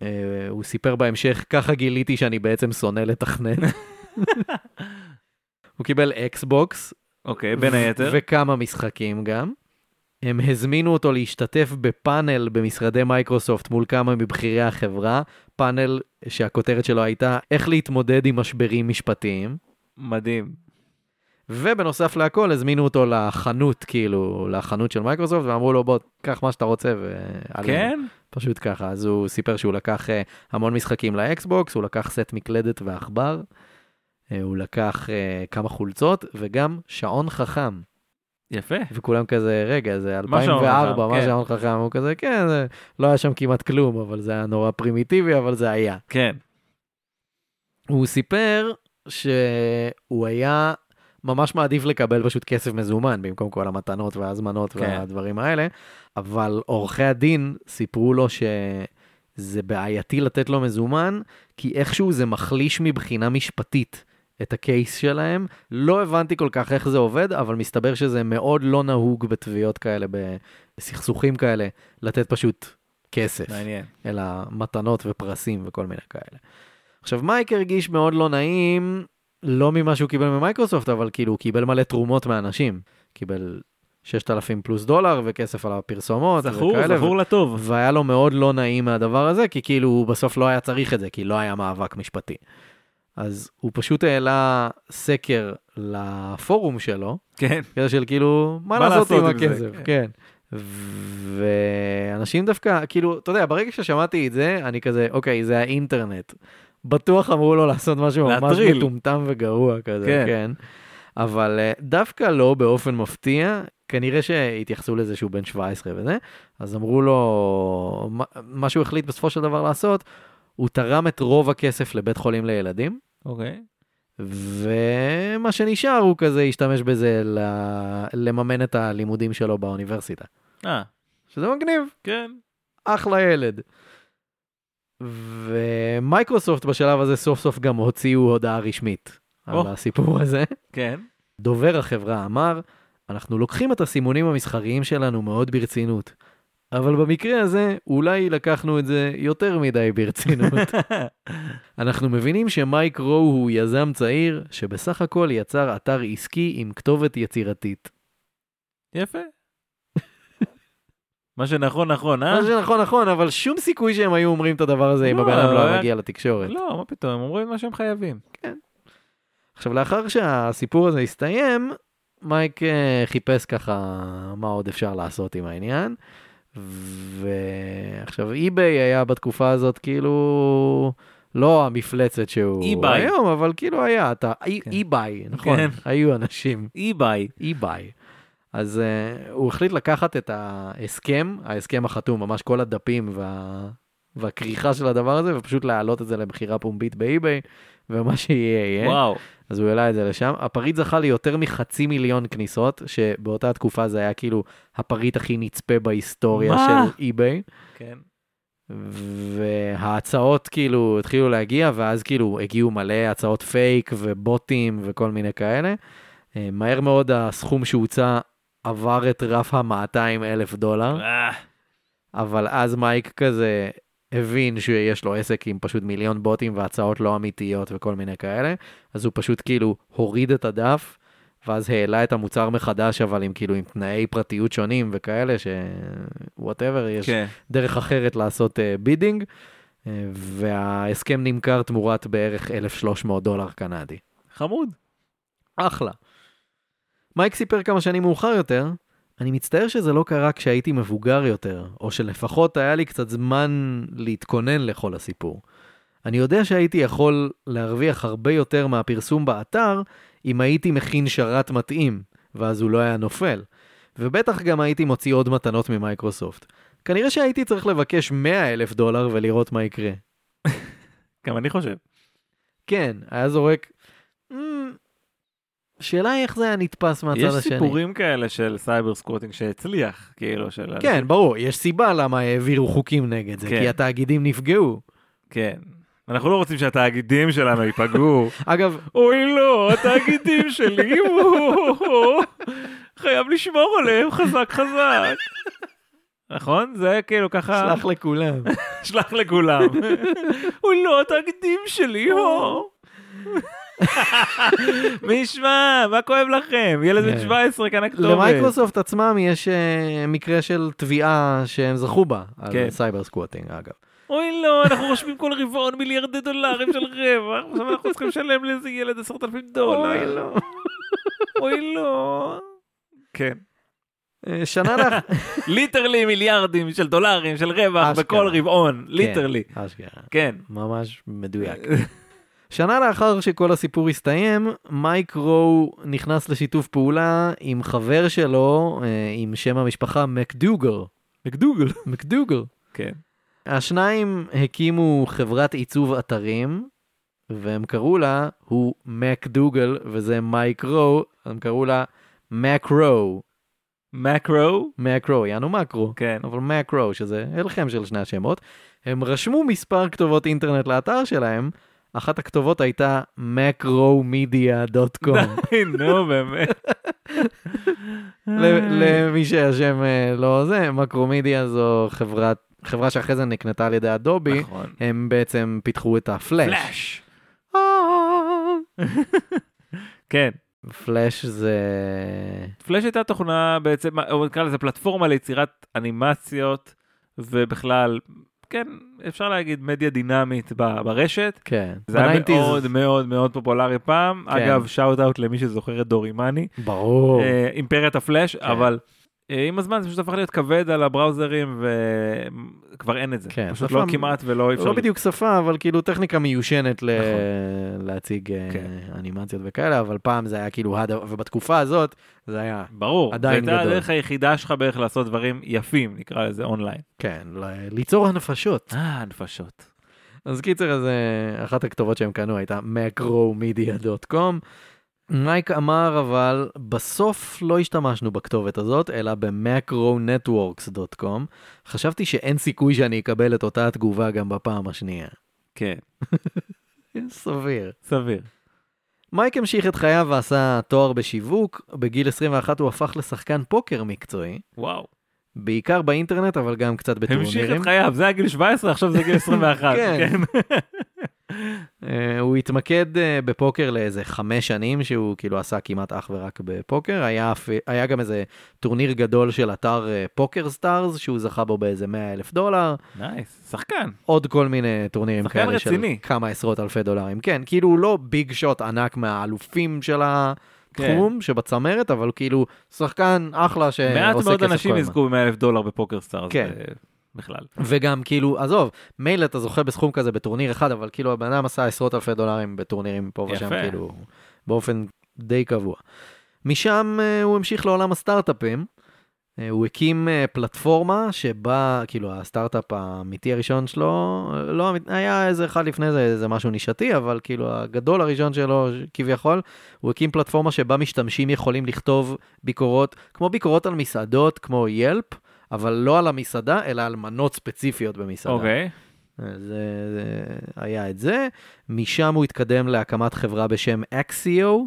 [SPEAKER 1] אה, הוא סיפר בהמשך, ככה גיליתי שאני בעצם שונא לתכנן. הוא קיבל אקסבוקס,
[SPEAKER 2] אוקיי, בין היתר.
[SPEAKER 1] וכמה משחקים גם. הם הזמינו אותו להשתתף בפאנל במשרדי מייקרוסופט מול כמה מבכירי החברה, פאנל שהכותרת שלו הייתה איך להתמודד עם משברים משפטיים,
[SPEAKER 2] מדהים.
[SPEAKER 1] ובנוסף להכל הזמינו אותו לחנות, כאילו, לחנות של מייקרוסופט, ואמרו לו בוא, קח מה שאתה רוצה. ו...
[SPEAKER 2] כן?
[SPEAKER 1] פשוט ככה. אז הוא סיפר שהוא לקח אה, המון משחקים לאקסבוקס, הוא לקח סט מקלדת ועכבר, אה, הוא לקח אה, כמה חולצות וגם שעון חכם.
[SPEAKER 2] יפה.
[SPEAKER 1] וכולם כזה, רגע, זה
[SPEAKER 2] מה שעון
[SPEAKER 1] 2004,
[SPEAKER 2] חכם?"
[SPEAKER 1] מה
[SPEAKER 2] כן.
[SPEAKER 1] שעון חכם? הוא כזה, כן, זה- לא היה שם כמעט כלום, אבל זה היה נורא פרימיטיבי, אבל זה היה.
[SPEAKER 2] כן.
[SPEAKER 1] הוא סיפר שהוא היה ממש מעדיף לקבל פשוט כסף מזומן במקום כל המתנות וההזמנות
[SPEAKER 2] כן.
[SPEAKER 1] כן. והדברים האלה, אבל עורכי הדין סיפרו לו שזה בעייתי לתת לו מזומן, כי איכשהו זה מחליש מבחינה משפטית. את הקייס שלהם, לא הבנתי כל כך איך זה עובד, אבל מסתבר שזה מאוד לא נהוג בתביעות כאלה, בסכסוכים כאלה, לתת פשוט כסף.
[SPEAKER 2] מעניין.
[SPEAKER 1] אלא מתנות ופרסים וכל מיני כאלה. עכשיו, מייק הרגיש מאוד לא נעים, לא ממה שהוא קיבל ממייקרוסופט, אבל כאילו הוא קיבל מלא תרומות מאנשים. קיבל 6,000 פלוס דולר וכסף על הפרסומות
[SPEAKER 2] זכור,
[SPEAKER 1] וכאלה.
[SPEAKER 2] זכור
[SPEAKER 1] ו-
[SPEAKER 2] לטוב.
[SPEAKER 1] והיה לו מאוד לא נעים מהדבר הזה, כי כאילו הוא בסוף לא היה צריך את זה, כי לא היה מאבק משפטי. אז הוא פשוט העלה סקר לפורום שלו,
[SPEAKER 2] כן.
[SPEAKER 1] קטע של כאילו, מה
[SPEAKER 2] מה
[SPEAKER 1] לעשות
[SPEAKER 2] לעשות
[SPEAKER 1] עם
[SPEAKER 2] עם זה,
[SPEAKER 1] הכסף, כן. ואנשים דווקא, כאילו, אתה יודע, ברגע ששמעתי את זה, אני כזה, אוקיי, זה האינטרנט. בטוח אמרו לו לעשות משהו ממש
[SPEAKER 2] להטריל.
[SPEAKER 1] מטומטם וגרוע כזה,
[SPEAKER 2] כן.
[SPEAKER 1] כן. אבל אה, דווקא לא באופן מפתיע, כנראה שהתייחסו לזה שהוא בן 17 וזה, אז אמרו לו, מה- מה שהוא החליט בסופו של דבר לעשות, הוא תרם את רוב הכסף לבית חולים לילדים.
[SPEAKER 2] אוקיי.
[SPEAKER 1] ומה שנשאר הוא כזה השתמש בזה ל... לממן את הלימודים שלו באוניברסיטה.
[SPEAKER 2] אה,
[SPEAKER 1] שזה מגניב,
[SPEAKER 2] כן.
[SPEAKER 1] אחלה ילד. ומייקרוסופט בשלב הזה סוף סוף גם הוציאו הודעה רשמית על
[SPEAKER 2] או.
[SPEAKER 1] הסיפור הזה.
[SPEAKER 2] כן.
[SPEAKER 1] דובר החברה אמר, אנחנו לוקחים את הסימונים המסחריים שלנו מאוד ברצינות, אבל במקרה הזה אולי לקחנו את זה יותר מדי ברצינות. אנחנו מבינים שמייק רו הוא יזם צעיר, שבסך הכל יצר אתר עסקי עם כתובת יצירתית.
[SPEAKER 2] יפה. מה שנכון נכון, אה?
[SPEAKER 1] מה שנכון נכון, אבל שום סיכוי שהם היו אומרים את הדבר הזה אם
[SPEAKER 2] לא,
[SPEAKER 1] הבן אדם לא
[SPEAKER 2] היה-
[SPEAKER 1] היה מגיע לתקשורת.
[SPEAKER 2] לא, מה פתאום, הם אומרים מה שהם חייבים.
[SPEAKER 1] עכשיו, לאחר שהסיפור הזה הסתיים, מייק אה, חיפש ככה מה עוד אפשר לעשות עם העניין. ועכשיו, אי-ביי היה בתקופה הזאת כאילו לא המפלצת שהוא
[SPEAKER 2] eBay.
[SPEAKER 1] היום, אבל כאילו היה, אתה,
[SPEAKER 2] כן.
[SPEAKER 1] אי-ביי, נכון,
[SPEAKER 2] כן.
[SPEAKER 1] היו אנשים.
[SPEAKER 2] אי-ביי.
[SPEAKER 1] אי-ביי. אז uh, הוא החליט לקחת את ההסכם, ההסכם החתום, ממש כל הדפים וה... והכריכה של הדבר הזה, ופשוט להעלות את זה למכירה פומבית באי-ביי, ומה שיהיה יהיה.
[SPEAKER 2] וואו.
[SPEAKER 1] אז הוא העלה את זה לשם. הפריט זכה ליותר מחצי מיליון כניסות, שבאותה תקופה זה היה כאילו הפריט הכי נצפה בהיסטוריה
[SPEAKER 2] מה?
[SPEAKER 1] של אי-ביי.
[SPEAKER 2] כן.
[SPEAKER 1] וההצעות כאילו התחילו להגיע, ואז כאילו הגיעו מלא הצעות פייק ובוטים וכל מיני כאלה. אה, מהר מאוד הסכום שהוצע עבר את רף ה-200 אלף דולר,
[SPEAKER 2] אה,
[SPEAKER 1] אבל אז מייק כזה הבין שיש לו עסק עם פשוט מיליון בוטים והצעות לא אמיתיות וכל מיני כאלה, אז הוא פשוט כאילו הוריד את הדף. ואז העלה את המוצר מחדש, אבל עם כאילו עם תנאי פרטיות שונים וכאלה, ש... וואטאבר, יש
[SPEAKER 2] כן.
[SPEAKER 1] דרך אחרת לעשות אה, בידינג, אה, וההסכם נמכר תמורת בערך 1,300 דולר קנדי.
[SPEAKER 2] חמוד.
[SPEAKER 1] אחלה. מייק סיפר כמה שנים מאוחר יותר, אני מצטער שזה לא קרה כשהייתי מבוגר יותר, או שלפחות היה לי קצת זמן להתכונן לכל הסיפור. אני יודע שהייתי יכול להרוויח הרבה יותר מהפרסום באתר אם הייתי מכין שרת מתאים, ואז הוא לא היה נופל. ובטח גם הייתי מוציא עוד מתנות ממייקרוסופט. כנראה שהייתי צריך לבקש 100 אלף דולר ולראות מה יקרה.
[SPEAKER 2] גם אני חושב.
[SPEAKER 1] כן, היה זורק... "אמ, שאלה היא איך זה היה נתפס מהצד
[SPEAKER 2] יש
[SPEAKER 1] השני.
[SPEAKER 2] סיפורים כאלה של סייבר סקווטינג שהצליח, כאילו, של...
[SPEAKER 1] כן, ברור, יש סיבה למה העבירו חוקים נגד זה,
[SPEAKER 2] כן.
[SPEAKER 1] כי התאגידים נפגעו.
[SPEAKER 2] כן. אנחנו לא רוצים שהתאגידים שלנו ייפגעו.
[SPEAKER 1] אגב,
[SPEAKER 2] אוי לא, התאגידים שלי, הוא- חייב לשמור עליהם חזק חזק. נכון? זה היה כאילו ככה,
[SPEAKER 1] סלח לכולם.
[SPEAKER 2] שלח לכולם. אוי לא, התאגידים שלי, הו. מי ישמע? מה כואב לכם? ילד בן
[SPEAKER 1] כן.
[SPEAKER 2] 17 כאן הכתובת.
[SPEAKER 1] למייקרוסופט עצמם יש אה, מקרה של תביעה שהם זכו בה,
[SPEAKER 2] כן.
[SPEAKER 1] על סייבר סקווטינג אגב.
[SPEAKER 2] אוי לא, אנחנו רושמים כל רבעון מיליארדי דולרים של רווח, עכשיו אנחנו צריכים לשלם לאיזה ילד עשרת אלפים דולר.
[SPEAKER 1] לא.
[SPEAKER 2] אוי לא. כן.
[SPEAKER 1] אה, שנה לאחר...
[SPEAKER 2] ליטרלי מיליארדים של דולרים של רווח
[SPEAKER 1] אשכרה.
[SPEAKER 2] בכל רבעון, ליטרלי.
[SPEAKER 1] כן, אשכרה,
[SPEAKER 2] כן.
[SPEAKER 1] ממש מדויק. שנה לאחר שכל הסיפור הסתיים, מייק רו נכנס לשיתוף פעולה עם חבר שלו, אה, עם שם המשפחה מקדוגר.
[SPEAKER 2] מקדוגל.
[SPEAKER 1] מקדוגר.
[SPEAKER 2] כן.
[SPEAKER 1] השניים הקימו חברת עיצוב אתרים, והם קראו לה, הוא מקדוגל, וזה מייק רו, הם קראו לה מקרו.
[SPEAKER 2] מקרו.
[SPEAKER 1] מקרו, יענו מקרו.
[SPEAKER 2] כן.
[SPEAKER 1] אבל מקרו, שזה הלחם של שני השמות, הם רשמו מספר כתובות אינטרנט לאתר שלהם, אחת הכתובות הייתה macromedia.com.
[SPEAKER 2] די, נו באמת.
[SPEAKER 1] ל- למי שהשם אה, לא זה, מקרומדיה זו חברת, חברה שאחרי זה נקנתה על ידי אדובי,
[SPEAKER 2] נכון.
[SPEAKER 1] הם בעצם פיתחו את הפלאש. אה,
[SPEAKER 2] פלאש. כן.
[SPEAKER 1] פלאש זה...
[SPEAKER 2] פלאש הייתה תוכנה בעצם, או נקרא לזה פלטפורמה ליצירת אנימציות, ובכלל, כן, אפשר להגיד מדיה דינמית ב- ברשת.
[SPEAKER 1] כן.
[SPEAKER 2] זה היה
[SPEAKER 1] בניינטיז-
[SPEAKER 2] מאוד מאוד מאוד פופולרי פעם.
[SPEAKER 1] כן.
[SPEAKER 2] אגב, שאוט אאוט למי שזוכר את דורימני,
[SPEAKER 1] ברור.
[SPEAKER 2] אה, אימפריית הפלאש,
[SPEAKER 1] כן.
[SPEAKER 2] אבל אה, עם הזמן זה פשוט הפך להיות כבד על הבראוזרים, וכבר אין את זה.
[SPEAKER 1] כן,
[SPEAKER 2] פשוט
[SPEAKER 1] זה
[SPEAKER 2] לא
[SPEAKER 1] פעם-
[SPEAKER 2] כמעט ולא אי אפשר.
[SPEAKER 1] לא בדיוק שפה, אבל כאילו טכניקה מיושנת ל... להציג אה,
[SPEAKER 2] כן.
[SPEAKER 1] אנימציות וכאלה, אבל פעם זה היה כאילו, הד- ובתקופה הזאת זה היה,
[SPEAKER 2] ברור, זו
[SPEAKER 1] עדיין
[SPEAKER 2] הייתה
[SPEAKER 1] גדול.
[SPEAKER 2] הדרך היחידה שלך בערך לעשות דברים יפים, נקרא לזה אונליין.
[SPEAKER 1] כן, ל- ליצור הנפשות.
[SPEAKER 2] אה, נפשות.
[SPEAKER 1] אז קיצר, אז אה, אחת הכתובות שהם קנו הייתה macromedia.com. מייק אמר אבל בסוף לא השתמשנו בכתובת הזאת אלא ב-macronetworks.com. חשבתי שאין סיכוי שאני אקבל את אותה התגובה גם בפעם השנייה.
[SPEAKER 2] כן,
[SPEAKER 1] סביר.
[SPEAKER 2] סביר.
[SPEAKER 1] מייק המשיך את חייו ועשה תואר בשיווק, בגיל 21 הוא הפך לשחקן פוקר מקצועי,
[SPEAKER 2] וואו.
[SPEAKER 1] בעיקר באינטרנט אבל גם קצת
[SPEAKER 2] המשיך
[SPEAKER 1] בטורנירים.
[SPEAKER 2] את חייו, זה היה גיל 17, עכשיו זה גיל 21.
[SPEAKER 1] כן.
[SPEAKER 2] כן.
[SPEAKER 1] אה, הוא התמקד אה, בפוקר לאיזה חמש שנים שהוא כאילו עשה כמעט אך ורק בפוקר, היה, אפ- היה גם איזה טורניר גדול של אתר אה, פוקר סטארס שהוא זכה בו באיזה 100 אלף דולר,
[SPEAKER 2] נייס, שחקן.
[SPEAKER 1] עוד כל מיני טורנירים
[SPEAKER 2] שחקן
[SPEAKER 1] כאלה
[SPEAKER 2] רציני.
[SPEAKER 1] של כמה עשרות אלפי דולרים, כן, כאילו הוא לא ביג שוט ענק מהאלופים של ה...
[SPEAKER 2] כן.
[SPEAKER 1] תחום שבצמרת, אבל כאילו שחקן אחלה שעושה כסף כל
[SPEAKER 2] מעט
[SPEAKER 1] הזמן.
[SPEAKER 2] מאוד אנשים יזכו ב-100 אלף דולר בפוקר סטארס.
[SPEAKER 1] כן.
[SPEAKER 2] אה, בכלל.
[SPEAKER 1] וגם כאילו, עזוב, מילא אתה זוכה בסכום כזה בטורניר אחד, אבל כאילו הבן אדם עשה עשרות אלפי דולרים בטורנירים פה ושם,
[SPEAKER 2] יפה.
[SPEAKER 1] כאילו, באופן די קבוע. משם אה, הוא המשיך לעולם הסטארט-אפים. אה, הוא הקים אה, פלטפורמה שבה, כאילו, הסטארט-אפ האמיתי הראשון שלו, אה, לא, האמית- היה איזה אחד לפני זה, איזה משהו נישתי, אבל כאילו, הגדול הראשון שלו, ש- כביכול, הוא הקים פלטפורמה שבה משתמשים יכולים לכתוב ביקורות, כמו ביקורות על מסעדות, כמו ילפ, אבל לא על המסעדה, אלא על מנות ספציפיות במסעדה.
[SPEAKER 2] אוקיי.
[SPEAKER 1] אז זה, זה היה את זה. משם הוא התקדם להקמת חברה בשם אקסיו,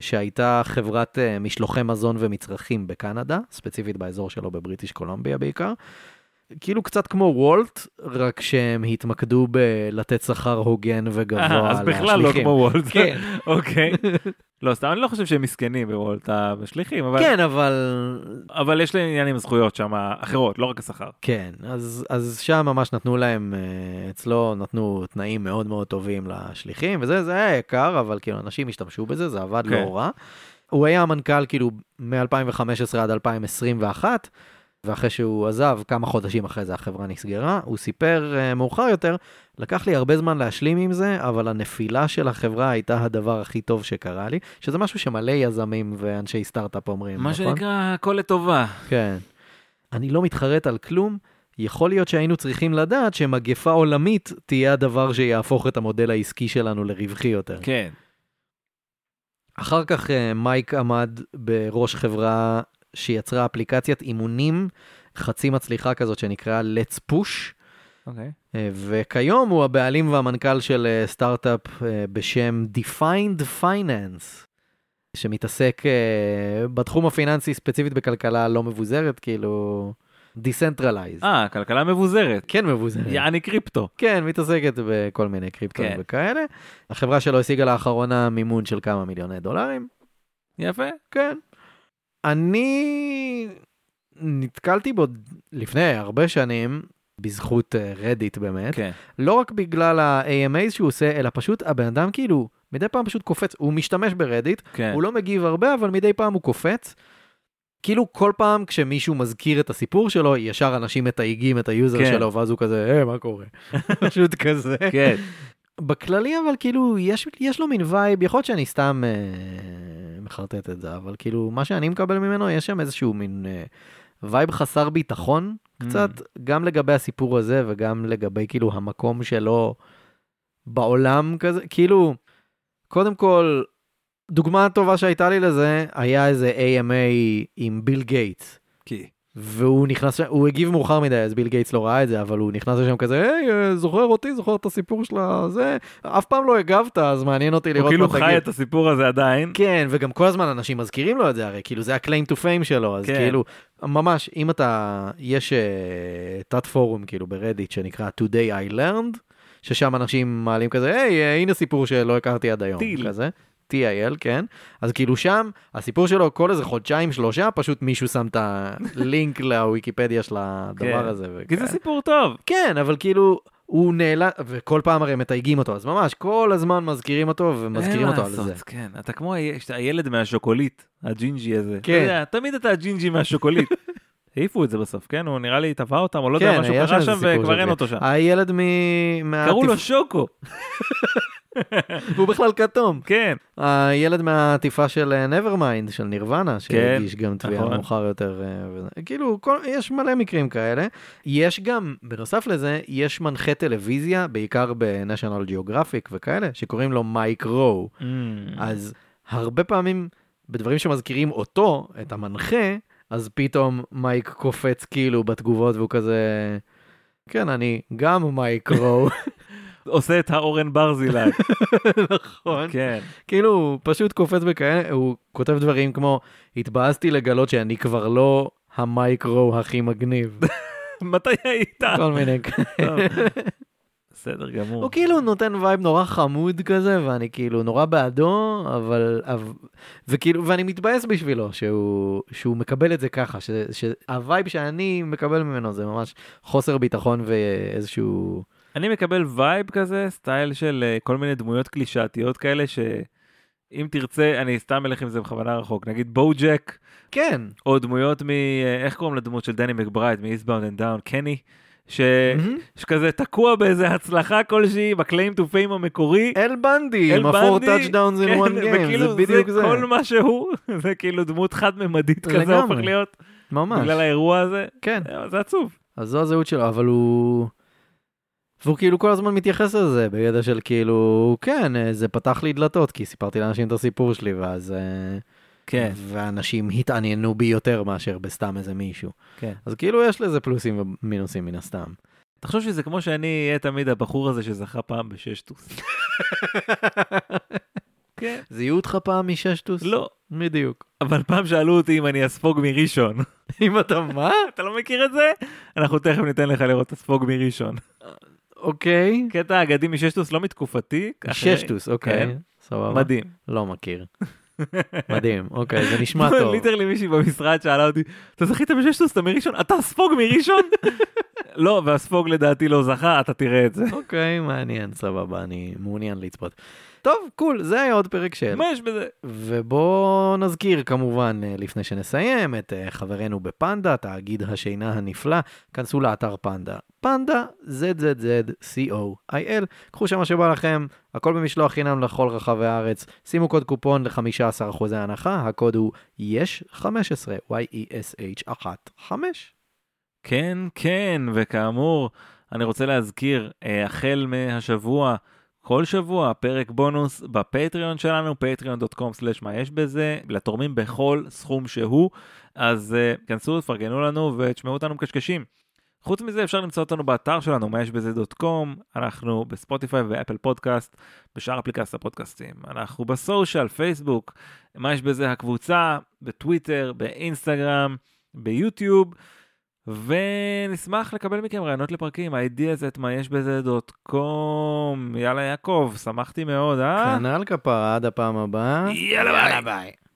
[SPEAKER 1] שהייתה חברת אה, משלוחי מזון ומצרכים בקנדה, ספציפית באזור שלו בבריטיש קולומביה בעיקר. כאילו קצת כמו וולט, רק שהם התמקדו בלתת שכר הוגן וגבוה
[SPEAKER 2] אה,
[SPEAKER 1] לשליחים.
[SPEAKER 2] אז בכלל לא כמו וולט.
[SPEAKER 1] כן.
[SPEAKER 2] אוקיי. לא, סתם אני לא חושב שהם מסכנים בוולט השליחים, אבל-
[SPEAKER 1] כן, אבל...
[SPEAKER 2] אבל יש להם עניין עם זכויות שם אחרות, לא רק השכר.
[SPEAKER 1] כן, אז, אז שם ממש נתנו להם, אה, אצלו נתנו תנאים מאוד מאוד טובים לשליחים, וזה זה היה יקר, אבל כאילו אנשים השתמשו בזה, זה עבד
[SPEAKER 2] כן.
[SPEAKER 1] לא רע. הוא היה המנכ"ל כאילו מ-2015 עד 2021, ואחרי שהוא עזב, כמה חודשים אחרי זה החברה נסגרה, הוא סיפר אה, מאוחר יותר, לקח לי הרבה זמן להשלים עם זה, אבל הנפילה של החברה הייתה הדבר הכי טוב שקרה לי, שזה משהו שמלא יזמים ואנשי סטארט-אפ אומרים,
[SPEAKER 2] מה
[SPEAKER 1] נכון?
[SPEAKER 2] שנקרא, הכל לטובה.
[SPEAKER 1] כן. אני לא מתחרט על כלום, יכול להיות שהיינו צריכים לדעת שמגפה עולמית תהיה הדבר שיהפוך את המודל העסקי שלנו לרווחי יותר.
[SPEAKER 2] כן.
[SPEAKER 1] אחר כך אה, מייק עמד בראש חברה שיצרה אפליקציית אימונים, חצי מצליחה כזאת שנקראה Let's Push,
[SPEAKER 2] אוקיי.
[SPEAKER 1] אה, וכיום הוא הבעלים והמנכ"ל של אה, סטארט-אפ אה, בשם Defined Finance. אה, שמתעסק uh, בתחום הפיננסי, ספציפית בכלכלה לא מבוזרת, כאילו Decentralized.
[SPEAKER 2] אה, כלכלה מבוזרת.
[SPEAKER 1] כן מבוזרת.
[SPEAKER 2] יעני קריפטו.
[SPEAKER 1] כן, מתעסקת בכל מיני קריפטון
[SPEAKER 2] כן.
[SPEAKER 1] וכאלה. החברה שלו השיגה לאחרונה מימון של כמה מיליוני דולרים.
[SPEAKER 2] יפה.
[SPEAKER 1] כן. אני נתקלתי בו לפני הרבה שנים, בזכות אה, רדיט באמת,
[SPEAKER 2] כן.
[SPEAKER 1] לא רק בגלל ה-AMAs שהוא עושה, אלא פשוט הבן אדם כאילו, מדי פעם פשוט קופץ, הוא משתמש ברדיט,
[SPEAKER 2] כן.
[SPEAKER 1] הוא לא מגיב הרבה, אבל מדי פעם הוא קופץ. כאילו כל פעם כשמישהו מזכיר את הסיפור שלו, ישר אנשים מתייגים את היוזר
[SPEAKER 2] כן.
[SPEAKER 1] שלו, ואז הוא כזה, אה, מה קורה? פשוט כזה.
[SPEAKER 2] כן.
[SPEAKER 1] בכללי אבל כאילו יש, יש לו מין וייב, יכול להיות שאני סתם אה, מחרטט את זה, אבל כאילו מה שאני מקבל ממנו יש שם איזשהו מין אה, וייב חסר ביטחון קצת, mm. גם לגבי הסיפור הזה וגם לגבי כאילו המקום שלו בעולם כזה, כאילו קודם כל דוגמה טובה שהייתה לי לזה היה איזה AMA עם ביל גייטס.
[SPEAKER 2] כי.
[SPEAKER 1] והוא נכנס, שם- הוא הגיב מאוחר מדי, אז ביל גייטס לא ראה את זה, אבל הוא נכנס לשם כזה, היי, אה, זוכר אותי, זוכר את הסיפור של הזה, אף פעם לא הגבת, אז מעניין אותי
[SPEAKER 2] הוא
[SPEAKER 1] לראות
[SPEAKER 2] כאילו
[SPEAKER 1] מה תגיד.
[SPEAKER 2] חי את הסיפור הזה עדיין.
[SPEAKER 1] כן, וגם כל הזמן אנשים מזכירים לו את זה, הרי כאילו זה ה-claim to fame שלו, אז
[SPEAKER 2] כן.
[SPEAKER 1] כאילו, ממש, אם אתה, יש אה, תת פורום כאילו ברדיט שנקרא Today I learned, ששם אנשים מעלים כזה, היי, אה, הנה סיפור שלא הכרתי עד היום,
[SPEAKER 2] טיל.
[SPEAKER 1] כזה. TIL, כן. אז כאילו שם, הסיפור שלו כל איזה חודשיים, שלושה, פשוט מישהו שם את הלינק לוויקיפדיה של
[SPEAKER 2] כן.
[SPEAKER 1] הדבר הזה.
[SPEAKER 2] כי זה
[SPEAKER 1] וכאלה.
[SPEAKER 2] סיפור טוב.
[SPEAKER 1] כן, אבל כאילו, הוא נעלם, וכל פעם הרי מתייגים אותו, אז ממש, כל הזמן מזכירים אותו ומזכירים
[SPEAKER 2] אין
[SPEAKER 1] אותו על
[SPEAKER 2] לעשות,
[SPEAKER 1] זה.
[SPEAKER 2] כן, אתה כמו הי- שאתה הילד מהשוקולית, הג'ינג'י הזה.
[SPEAKER 1] כן.
[SPEAKER 2] אתה יודע, תמיד אתה הג'ינג'י מהשוקולית. העיפו את זה בסוף, כן? הוא נראה לי תבע אותם, או לא יודע,
[SPEAKER 1] כן,
[SPEAKER 2] משהו
[SPEAKER 1] היה
[SPEAKER 2] קרה
[SPEAKER 1] שם
[SPEAKER 2] שם
[SPEAKER 1] איזה סיפור אה, של
[SPEAKER 2] וכבר אין
[SPEAKER 1] זה.
[SPEAKER 2] אותו שם.
[SPEAKER 1] הילד מ...
[SPEAKER 2] קראו לו
[SPEAKER 1] מהעטיפ-
[SPEAKER 2] שוקו,
[SPEAKER 1] הוא בכלל כתום.
[SPEAKER 2] כן.
[SPEAKER 1] הילד מהעטיפה של אה, Nevermind, של נירוונה, שהגיש גם תביעה
[SPEAKER 2] כן. נכון.
[SPEAKER 1] מאוחר יותר. אה, וזה. כאילו, כל- יש מלא מקרים כאלה. יש גם, בנוסף לזה, יש מנחה טלוויזיה, בעיקר ב-National Geographic וכאלה, שקוראים לו מייק רו. Mm.
[SPEAKER 2] Mm-hmm.
[SPEAKER 1] אז הרבה פעמים בדברים שמזכירים אותו, את המנחה, אז פתאום מייק קופץ כאילו בתגובות והוא כזה, כן, אני גם מייק רו,
[SPEAKER 2] עושה את האורן ברזילי.
[SPEAKER 1] נכון.
[SPEAKER 2] כן.
[SPEAKER 1] כאילו, הוא פשוט קופץ בכאלה, הוא כותב דברים כמו, התבאסתי לגלות שאני כבר לא המייק רו הכי מגניב,
[SPEAKER 2] מתי היית?
[SPEAKER 1] כל מיני כאלה.
[SPEAKER 2] טוב. בסדר גמור.
[SPEAKER 1] הוא כאילו נותן וייב נורא חמוד כזה, ואני כאילו נורא בעדו, אבל... אבל- וכאילו, ואני מתבאס בשבילו שהוא, שהוא מקבל את זה ככה, ש, שהווייב שאני מקבל ממנו זה ממש חוסר ביטחון ואיזשהו...
[SPEAKER 2] אני מקבל וייב כזה, סטייל של אה, כל מיני דמויות קלישאתיות כאלה, שאם תרצה, אני סתם אלך עם זה בכוונה רחוק. נגיד בואו-ג'ק,
[SPEAKER 1] כן,
[SPEAKER 2] או דמויות מ... אה, איך קוראים לדמות של דני מקברייד, מ-Eastbound and Down, קני, ש...
[SPEAKER 1] מהמם.
[SPEAKER 2] שכזה תקוע באיזה הצלחה כלשהי, בקליים טו פיים המקורי.
[SPEAKER 1] אל בנדי עם
[SPEAKER 2] אל
[SPEAKER 1] ה-4
[SPEAKER 2] בנדי, כן,
[SPEAKER 1] touchdowns in one game,
[SPEAKER 2] וכאילו
[SPEAKER 1] זה בדיוק זה,
[SPEAKER 2] כל מה שהוא, זה כאילו דמות חד-ממדית כזה
[SPEAKER 1] לגמרי.
[SPEAKER 2] הופך להיות,
[SPEAKER 1] ממש,
[SPEAKER 2] בגלל האירוע הזה.
[SPEAKER 1] כן.
[SPEAKER 2] אה, זה עצוב.
[SPEAKER 1] אז זו הזהות שלו, אבל הוא... והוא כאילו כל הזמן מתייחס לזה בידע של כאילו, כן, אה, זה פתח לי דלתות, כי סיפרתי לאנשים את הסיפור שלי, ואז... אה,
[SPEAKER 2] כן,
[SPEAKER 1] ואנשים התעניינו בי יותר מאשר בסתם איזה מישהו.
[SPEAKER 2] כן.
[SPEAKER 1] אז כאילו יש לזה פלוסים ומינוסים מן הסתם.
[SPEAKER 2] תחשוב שזה כמו שאני אהיה תמיד הבחור הזה שזכה פעם בששטוס. כן.
[SPEAKER 1] זיהו אותך פעם מששטוס?
[SPEAKER 2] לא,
[SPEAKER 1] בדיוק.
[SPEAKER 2] אבל פעם שאלו אותי אם אני אספוג מראשון.
[SPEAKER 1] אם אתה מה?
[SPEAKER 2] אתה לא מכיר את זה? אנחנו תכף ניתן לך לראות הספוג מראשון.
[SPEAKER 1] אוקיי.
[SPEAKER 2] קטע האגדי מששטוס לא מתקופתי. אחרי-
[SPEAKER 1] ששטוס, אוקיי.
[SPEAKER 2] כן.
[SPEAKER 1] סבבה.
[SPEAKER 2] מדהים.
[SPEAKER 1] לא מכיר. מדהים, אוקיי, זה נשמע
[SPEAKER 2] לא,
[SPEAKER 1] טוב.
[SPEAKER 2] ליטרלי מישהי במשרד שאלה אותי, אתה זכית בששטוס, אתה מראשון? אתה הספוג מראשון? לא, והספוג לדעתי לא זכה, אתה תראה את זה.
[SPEAKER 1] אוקיי, מעניין, סבבה, אני מעוניין לצפות. טוב, קול, זה היה עוד פרק של...
[SPEAKER 2] מה יש בזה?
[SPEAKER 1] ובואו נזכיר כמובן אה, לפני שנסיים את אה, חברנו בפנדה, תאגיד השינה הנפלא, כנסו לאתר פנדה, פנדה ZZZ.co.il, קחו שם מה שבא לכם, הכל במשלוח חינם לכל רחבי הארץ, שימו קוד קופון ל-15% הנחה, הקוד הוא יש 15, y-e-s-h 1 5.
[SPEAKER 2] כן, כן, וכאמור, אני רוצה להזכיר, אה, החל מהשבוע, כל שבוע, פרק בונוס בפטריון שלנו, patreon.com/מה יש בזה, לתורמים בכל סכום שהוא, אז uh, כנסו, תפרגנו לנו ותשמעו אותנו מקשקשים. חוץ מזה, אפשר למצוא אותנו באתר שלנו, מה יש בזה דוט קום, אנחנו בספוטיפיי ואפל פודקאסט, בשאר אפליקציות הפודקאסטים. אנחנו בסושיאל, פייסבוק, מה יש בזה הקבוצה, בטוויטר, באינסטגרם, ביוטיוב. ונשמח לקבל מכם רעיונות לפרקים, ideas at מה יש בזה דוט קום. יאללה יעקב, שמחתי מאוד, אה?
[SPEAKER 1] כנ"ל כפרה, עד הפעם הבאה.
[SPEAKER 2] יאללה ביי.
[SPEAKER 1] ביי.